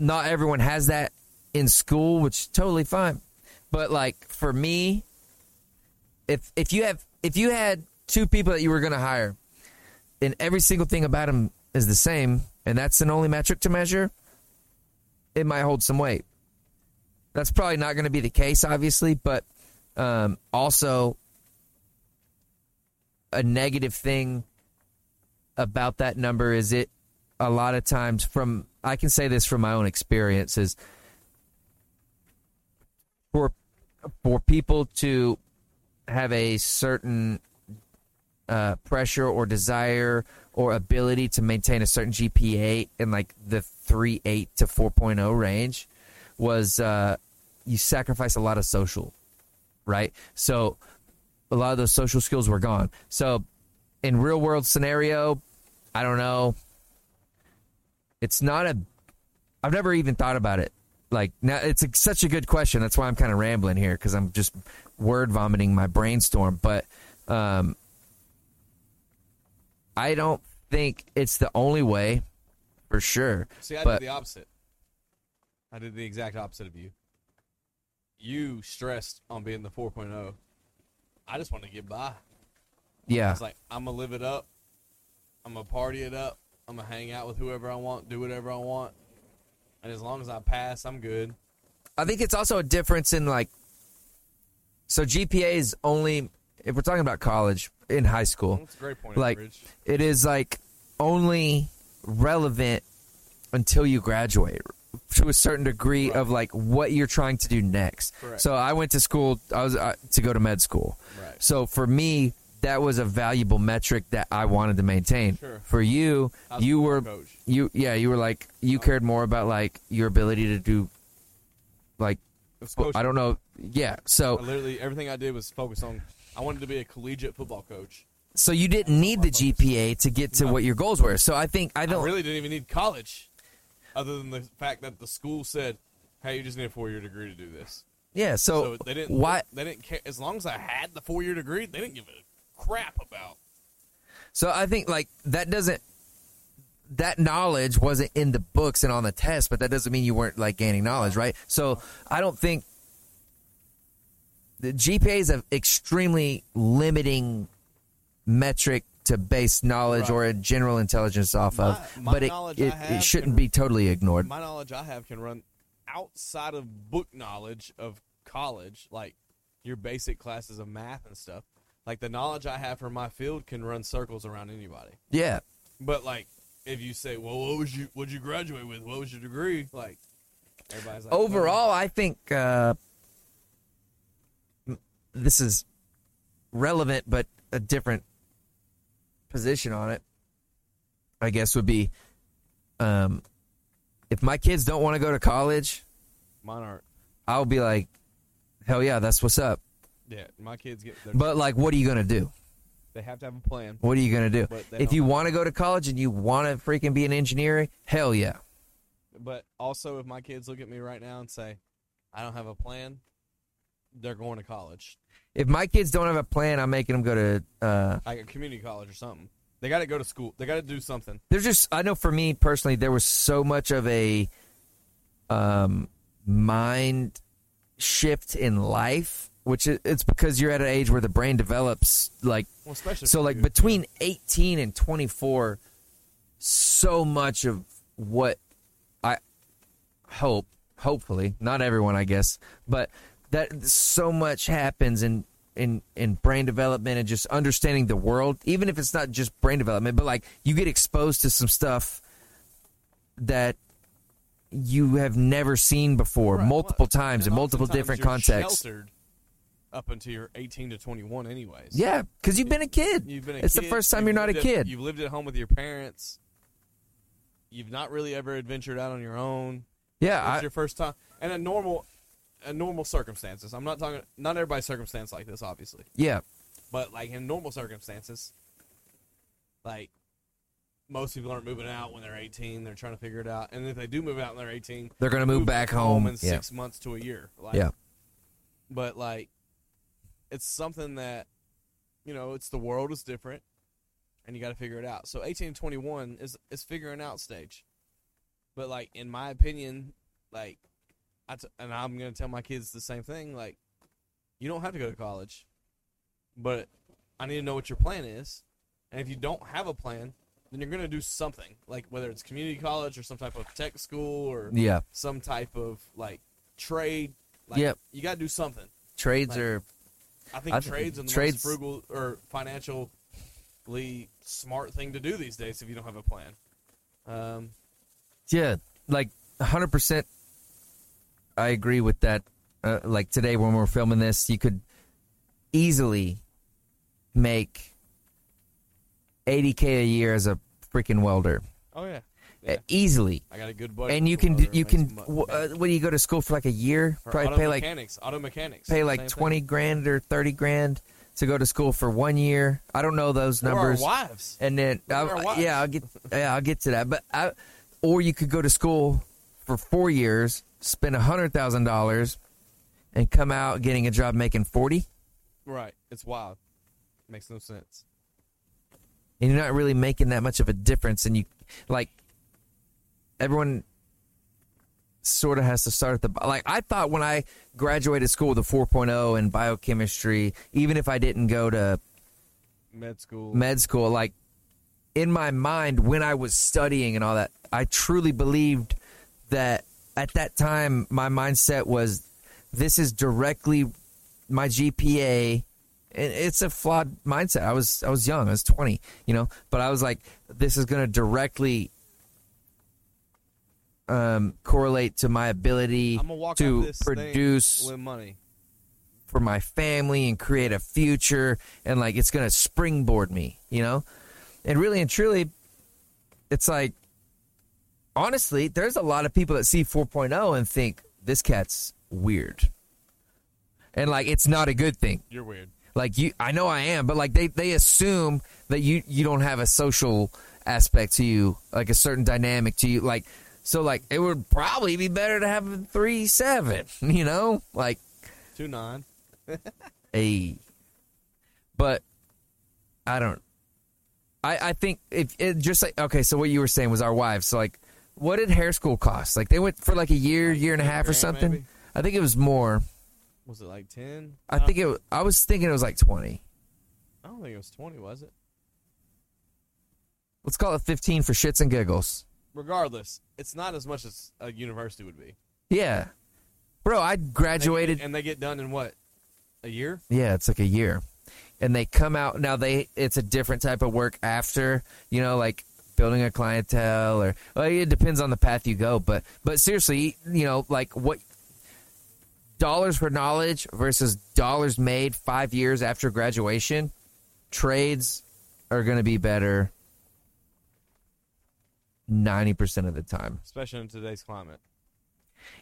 not everyone has that in school, which is totally fine. But like for me, if if you have if you had two people that you were going to hire, and every single thing about them is the same, and that's an only metric to measure, it might hold some weight. That's probably not going to be the case, obviously, but um, also a negative thing about that number is it a lot of times from I can say this from my own experience is for for people to have a certain uh, pressure or desire or ability to maintain a certain GPA in like the 3.8 to 4.0 range was uh, you sacrifice a lot of social, right? So a lot of those social skills were gone. So in real world scenario, I don't know. It's not a. I've never even thought about it. Like now, it's a, such a good question. That's why I'm kind of rambling here because I'm just word vomiting my brainstorm. But um, I don't think it's the only way, for sure. See, I but did the opposite. I did the exact opposite of you. You stressed on being the 4.0. I just want to get by. yeah, It's like I'm gonna live it up. I'm gonna party it up. I'm gonna hang out with whoever I want, do whatever I want, and as long as I pass, I'm good. I think it's also a difference in like so GPA is only if we're talking about college in high school, That's a great point, like Rich. it is like only relevant until you graduate to a certain degree of like what you're trying to do next. Correct. So I went to school I was uh, to go to med school. Right. So for me that was a valuable metric that I wanted to maintain. Sure. For you, I was you a were coach. Uh-huh. you yeah, you were like you cared more about like your ability to do like That's well, I coaching. don't know. Yeah. I So literally everything I did was focused on. I wanted to be a collegiate football coach. so you didn't need the GPA to get to what your goals were. So I think I I, don't. really didn't even need college, other than the fact that the school said, "Hey, you just need a four-year degree to do this." Yeah. So, So they didn't. Oh, why? They didn't care. As long as I had the four-year degree, they didn't give a crap about. So I think like that doesn't. That knowledge wasn't in the books and on the test, but that doesn't mean you weren't like gaining knowledge, right? So I don't think the GPA is an extremely limiting metric to base knowledge Right. or a general intelligence off of, My- my but it, knowledge I it, it have shouldn't can- be totally ignored. my knowledge I have can run outside of book knowledge of college, like your basic classes of math and stuff. Like the knowledge I have for my field can run circles around anybody. yeah, But like if you say, "Well, what was you what would you graduate with? What was your degree?" Like everybody's like overall, I think uh, m- this is relevant, but a different position on it. I guess would be, um, if my kids don't want to go to college, "Well, "Oh, mine aren't. I'll be like, hell yeah, that's what's up. Yeah, my kids get their, But like, what are you gonna do? they have to have a plan. What are you gonna do? But they If don't you want to go to college and you want to freaking be an engineer, hell yeah. But also, if my kids look at me right now and say, "I don't have a plan," they're going to college, If my kids don't have a plan, I'm making them go to. Uh, like a community college or something. They got to go to school. They got to do something. there's just I know for me personally, there was so much of a um, mind shift in life, which it- it's because you're at an age where the brain develops like Well, especially so for like you. between 18 and 24 so much of what i hope hopefully not everyone i guess but that so much happens in in in brain development and just understanding the world even if it's not just brain development but like you get exposed to some stuff that you have never seen before Right, multiple well, times in and multiple oftentimes different you're contexts Sheltered up until you're 18 to 21, anyways. yeah because you've been a kid you've been. A it's the kid, first time you've you're not a lived kid At, you've lived at home with your parents. You've not really ever adventured out on your own. yeah It's I, your first time, and a normal, a normal circumstances. I'm not talking. Not everybody's circumstance like this, obviously. yeah But like in normal circumstances, like most people aren't moving out when they're 18. They're trying to figure it out, and if they do move out when they're 18, They're gonna move back home. in Yeah. six months to a year. Like, Yeah. But like, it's something that you know, it's the world is different, and you got to figure it out. So 18 to 21 is is figuring out stage. But like in my opinion, like I t- and I'm gonna tell my kids the same thing. Like, you don't have to go to college, but I need to know what your plan is. And if you don't have a plan, then you're gonna do something, like whether it's community college or some type of tech school or Yeah. some type of like trade. Like, Yep. you got to do something. Trades Like- are I think I th- trades are the trades- most frugal or financially smart thing to do these days if you don't have a plan. Um, yeah, like 100% I agree with that. Uh, like today when we're filming this, you could easily make 80k a year as a freaking welder. oh yeah, Uh, Yeah. easily. I got a good buddy. And you who's a can do- welder, you makes can mu- w- uh, bank. what do you go to school for like a year? Or Probably auto pay like mechanics, auto mechanics. pay same like thing. 20 grand or 30 grand to go to school for one year. I don't know those Or our numbers. wives. and then Look at I- our I- wives. yeah, I'll get yeah, I'll get to that. But I, or you could go to school for four years, spend a hundred thousand dollars, and come out getting a job making forty, Right, it's wild. Makes no sense. and you're not really making that much of a difference. And you like everyone sort of has to start at the bo- like I thought when I graduated school with a 4.0 in biochemistry, even if I didn't go to Med school. med school like in my mind when i was studying and all that i truly believed that at that time my mindset was this is directly my gpa and it's a flawed mindset i was i was young i was 20 you know but i was like this is going to directly um, correlate to my ability I'm gonna walk out to this thing produce with money. for my family and create a future and like it's gonna springboard me you know and really and truly it's like honestly there's a lot of people that see 4.0 and think this cat's weird and like it's not a good thing You're weird. like you i know i am but like they they assume that you you don't have a social aspect to you like a certain dynamic to you like so like it would probably be better to have a 3-7 you know like Two nine. a but i don't i i think if it just like okay so what you were saying was our wives so like what did hair school cost like they went for like a year year and a half or grand, something maybe? i think it was more was it like ten? I think it. wa- I was thinking it was like twenty. I don't think it was twenty, was it? Let's call it fifteen for shits and giggles. Regardless, it's not as much as a university would be. Yeah, bro, I They- graduated. and they get done in what a year? Yeah, it's like a year. And they come out now they it's a different type of work after, you know, like building a clientele or well, it depends on the path you go, but but seriously, you know, like what dollars for knowledge versus dollars made 5 years after graduation, trades are going to be better 90% of the time. especially in today's climate.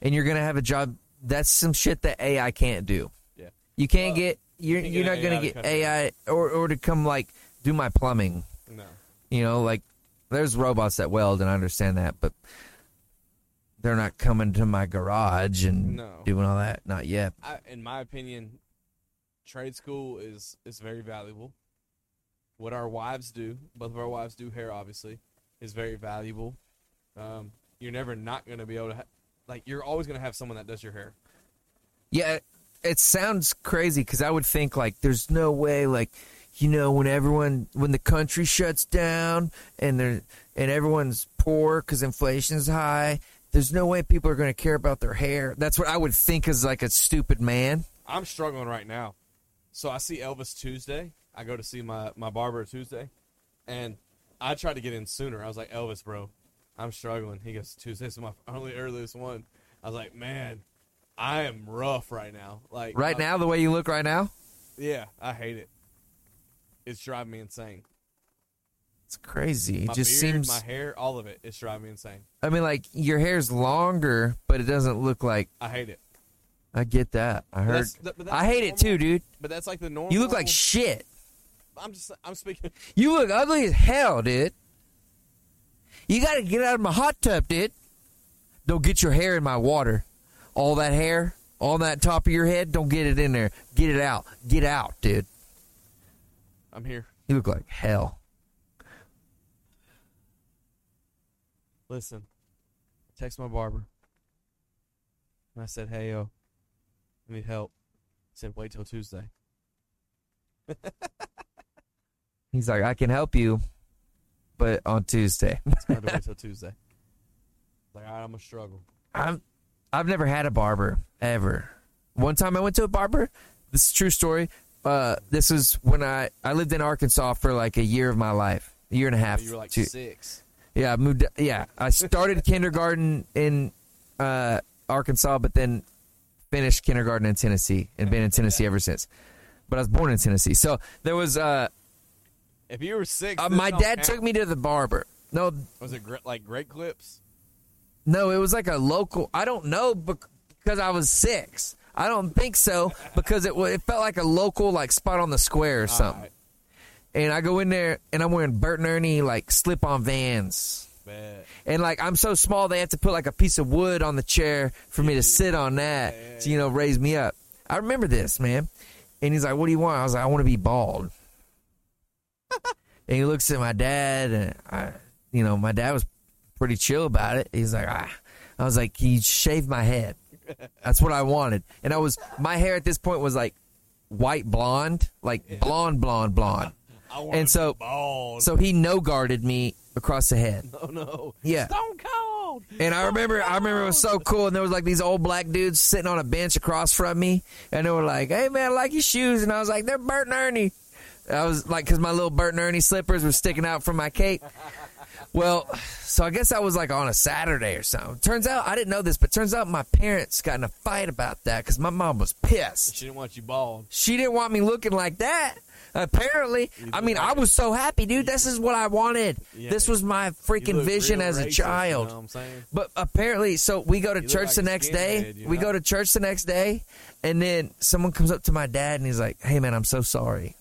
And you're going to have a job that's some shit that AI can't do. Yeah, You can't Well, get you're can't you're not get gonna AI to get cut it AI or or to come like do my plumbing. no, You know, like there's robots that weld and I understand that, but they're not coming to my garage and No. doing all that. Not yet. I, in my opinion, trade school is is very valuable. What our wives do, both of our wives do hair, obviously, is very valuable. Um, you're never not going to be able to, ha- like, you're always going to have someone that does your hair. Yeah, it, it sounds crazy because I would think like there's no way like you know when everyone when the country shuts down and they're and everyone's poor because inflation's high. There's no way people are going to care about their hair. That's what I would think as like a stupid man. I'm struggling right now. So I see Elvis Tuesday. I go to see my, my barber Tuesday. And I tried to get in sooner. I was like, Elvis, bro, I'm struggling. He goes, Tuesday's my only earliest one. I was like, man, I am rough right now. Like Right I- now, the way you look right now, Yeah, I hate it. It's driving me insane. it's crazy. It my just beard, seems. my hair, all of it, it's driving me insane. I mean, like your hair's longer, but it doesn't look like. I hate it. I get that. I heard. that's- that- but that's I hate it too, normal. dude. But that's like the normal. You look like shit. I'm just I'm speaking You look ugly as hell, dude. You gotta get out of my hot tub, dude. Don't get your hair in my water. All that hair on that top of your head, don't get it in there. Get it out. Get out, dude. I'm here. You look like hell. Listen, text my barber. And I said, hey, yo, I need help. He said, wait till Tuesday. He's like, I can help you, but on Tuesday. It's going to wait till Tuesday. Like, all right, I'm going to struggle. I'm I've never had a barber ever. One time I went to a barber. This is a true story. Uh, this is when I I lived in Arkansas for like a year of my life, a year and a half. You were like two- six. yeah, I moved. Yeah, I started kindergarten in uh, Arkansas, but then finished kindergarten in Tennessee and been in Tennessee ever since. But I was born in Tennessee, so there was. Uh, If you were six, uh, this my don't dad count. took me to the barber. No, Was it gre- like great clips? No, it was like a local. I don't know bec- because I was six. I don't think so because it wa- it felt like a local like spot on the square or something. right. And I go in there and I'm wearing Bert and Ernie like slip on Vans. Bet. And like I'm so small, they have to put like a piece of wood on the chair for me to sit on that to you know raise me up. I remember this man, and he's like, "What do you want?" I was like, "I want to be bald." and he looks at my dad, and I, you know, my dad was pretty chill about it. He's like, "Ah," I was like, "Can you shave my head?" That's what I wanted, and I was my hair at this point was like white blonde, like blonde, blonde, blonde. I wanna And so, be bald. so he no guarded me across the head. oh, no. Yeah. Stone Cold. And I remember, I remember it was so cool. And there was like these old black dudes sitting on a bench across from me, and they were like, "Hey man, I like your shoes." And I was like, "They're Bert and Ernie." I was like, because my little Bert and Ernie slippers were sticking out from my cape. Well, so I guess I was like on a Saturday or something. Turns out I didn't know this, but turns out my parents got in a fight about that because my mom was pissed. She didn't want you bald. She didn't want me looking like that. Apparently, I mean, I was so happy, dude. This is what I wanted. Yeah. This was my You freaking look vision real as racist, a you child. know what I'm saying? But apparently, so we go to You look church like the a next day. skinhead, you we know? go to church the next day, and then someone comes up to my dad and he's like, "Hey, man, I'm so sorry."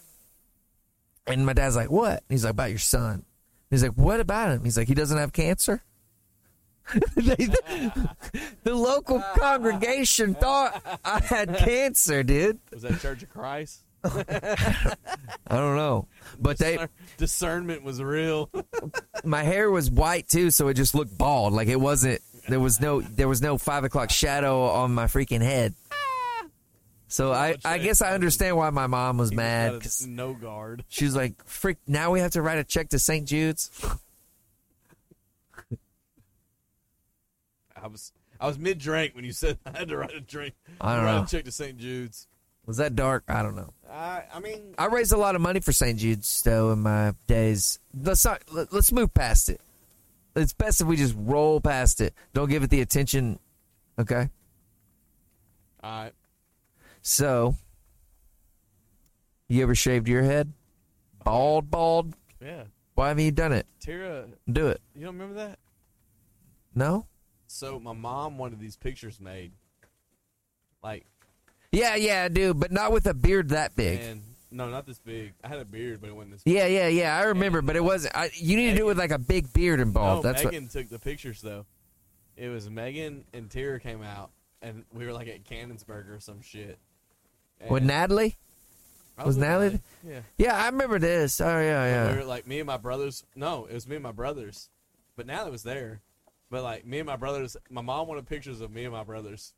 And my dad's like, "What?" And he's like, "About your son." And he's like, "What about him?" He's like, "He doesn't have cancer." They- the, the local congregation thought I had cancer, dude. Was that Church of Christ? I don't know, but they Discer- discernment was real. my hair was white too, so it just looked bald. Like it wasn't. There was no. There was no five o'clock shadow on my freaking head. So I, I guess I understand why my mom was He just mad. had a 'cause No guard. She was like, "Freak! Now we have to write a check to St. Jude's." I was I was mid drink when you said I had to write a drink. I don't write know. A check to St. Jude's. Was that dark? I don't know. I I mean I raised a lot of money for St. Jude's though in my days. Let's not. let- Let's move past it. It's best if we just roll past it. Don't give it the attention. Okay. all right. So, you ever shaved your head? Bald, bald. Yeah. Why haven't you done it? Tara, Do it. you don't remember that? No. So my mom wanted these pictures made. Like Yeah, yeah, I do, but not with a beard that big. and no, not this big. I had a beard, but it wasn't this big. Yeah, yeah, yeah. I remember, but it wasn't. I, you need to do it with like a big beard involved. no, Oh, That's Megan took the pictures though. It was Megan and Tara came out and we were like at Cannonsburger or some shit. what. With And- Natalie? I was with Natalie Natalie, Yeah. Yeah, I remember this. Oh yeah, We yeah. were like me and my brothers. No, it was me and my brothers. But Natalie was there. But like me and my brothers, my mom wanted pictures of me and my brothers.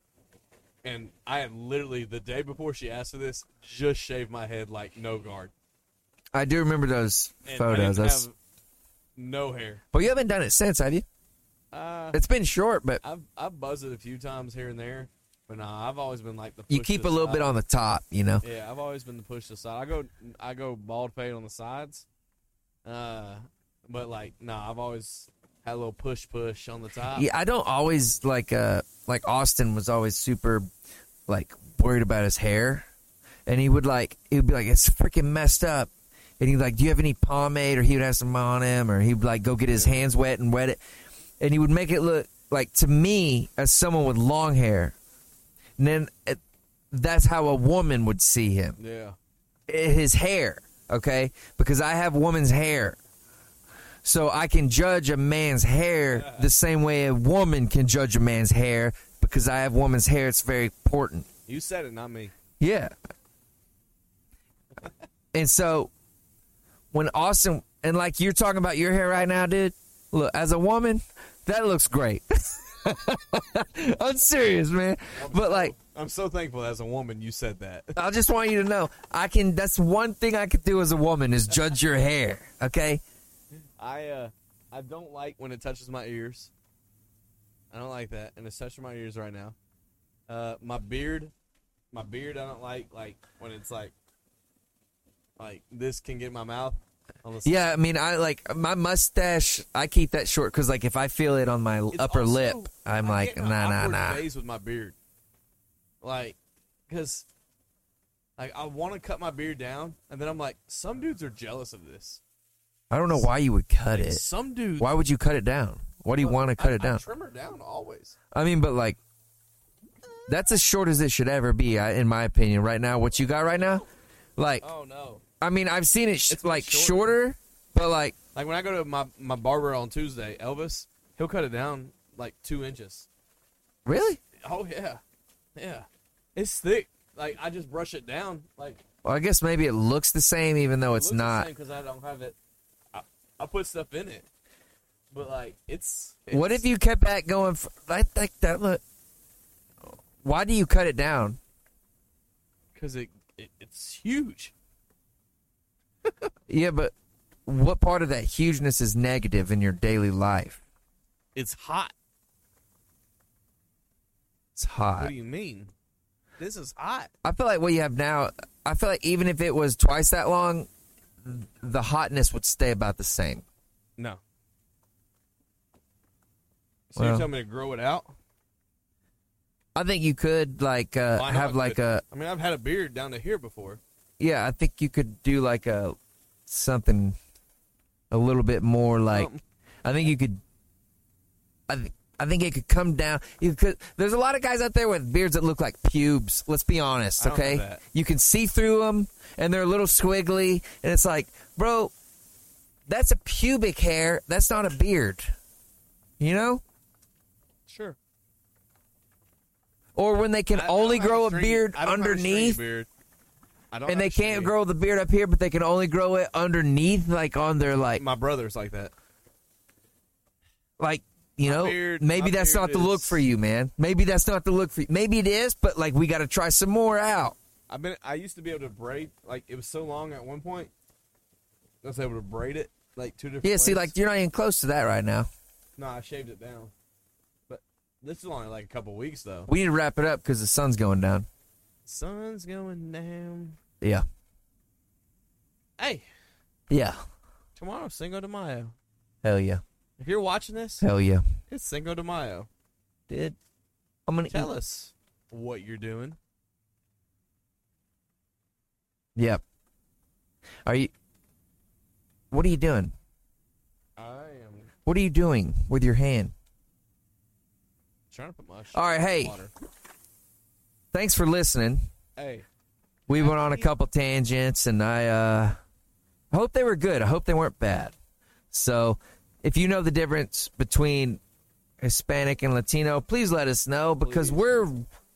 And I had literally the day before she asked for this, just shaved my head like no guard. I do remember those And I photos. didn't That's, have no hair. but you haven't done it since, have you? Uh, It's been short, but I've I've buzzed it a few times here and there, but nah, I've always been like the. you push keep to a little bit side. on the top, you know. Yeah, I've always been the push to side. I go I go bald fade on the sides. Uh but like nah, I've always had a little push push on the top. Yeah, I don't always like uh like Austin was always super like worried about his hair. And he would like he would be like, It's freaking messed up and he'd be like, Do you have any pomade? Or he would have some on him or he'd like go get his hands wet and wet it and he would make it look like to me as someone with long hair. And then it, that's how a woman would see him Yeah. his hair, okay? Because I have woman's hair. So I can judge a man's hair the same way a woman can judge a man's hair because I have woman's hair. It's very important. You said it, not me. Yeah. and so when Austin, and like you're talking about your hair right now, dude, look, as a woman, that looks great. I'm serious, man. But like, I'm so thankful as a woman you said that. I just want you to know I can. That's one thing I could do as a woman is judge your hair. Okay. I uh I don't like when it touches my ears. I don't like that. And it's touching my ears right now. Uh my beard my beard I don't like like when it's like like this can get in my mouth on the Yeah. I mean, I like my mustache. I keep that short because, like, if I feel it on my It's upper also- lip, I'm I like, get in a nah, nah, awkward nah. Phase with my beard, like, because, like, I want to cut my beard down, and then I'm like, some dudes are jealous of this. I don't know why you would cut Like, it. Some dudes. Eh, Why would you cut it down? Why do you want to cut I- it down? I trim her down always. I mean, but like, that's as short as it should ever be, I- in my opinion. Right now, what you got right now, like, Oh no! I mean, I've seen it sh- It's been like shorter. shorter, but like, Like when I go to my my barber on Tuesday, Elvis, he'll cut it down like two inches. really? Oh yeah, yeah. It's thick. Like I just brush it down. Like Well, I guess maybe it looks the same, even though it's not. because I don't have it. I, I put stuff in it, but like it's. What it's- if you kept that going? For, I think that look. Why do you cut it down? Because it, it it's huge. Yeah, but what part of that hugeness is negative in your daily life? It's hot. It's hot. What do you mean? This is hot. I feel like what you have now. I feel like even if it was twice that long, the hotness would stay about the same. No. So Well- you're telling me to grow it out? I think you could like uh, Why not? have like Good. a I mean, I've had a beard down to here before. yeah. I think you could do like a something a little bit more like. Something. I think you could. I th- I think it could come down. You could. There's a lot of guys out there with beards that look like pubes. Let's be honest, I don't okay? have that. You can see through them, and they're a little squiggly, and it's like, bro, that's a pubic hair. That's not a beard. You know. Sure. Or when they can I- I only don't have grow a stringy- beard I don't have a stringy underneath, beard. I don't and they have can't stringy. grow the beard up here, but they can only grow it underneath, like on their like, My brother's like that. like you know, beard- maybe my that's beard not the look is- for you, man. Maybe that's not the look for you. Maybe it is, but like we got to try some more out. I've been. I used to be able to braid. Like it was so long at one point. I was able to braid it like two different. Yeah, see, ways. like you're not even close to that right now. no, I shaved it down. But this is only like a couple weeks though. We need to wrap it up because the sun's going down. Sun's going down. Yeah, Hey, yeah, tomorrow's Cinco de Mayo. hell yeah, If you're watching this, hell yeah, it's Cinco de Mayo. dude. I'm gonna Tell eat. us what you're doing. Yep. Are you? What are you doing? I am What are you doing with your hand? trying to put my. shit All right, in hey. water. Thanks for listening. Hey. We went on a couple tangents, and I uh, I hope they were good. I hope they weren't bad. So, if you know the difference between Hispanic and Latino, please let us know because Please. we're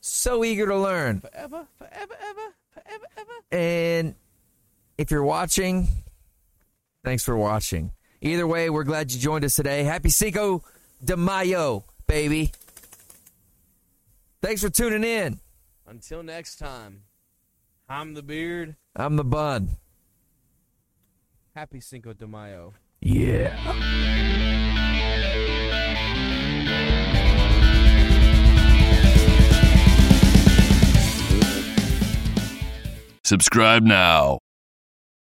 so eager to learn. Forever, forever, ever, forever, ever. And if you're watching, thanks for watching. Either way, we're glad you joined us today. Happy Cinco de Mayo, baby. Thanks for tuning in. Until next time, I'm the beard. I'm the bun. Happy Cinco de Mayo. Yeah. Subscribe now.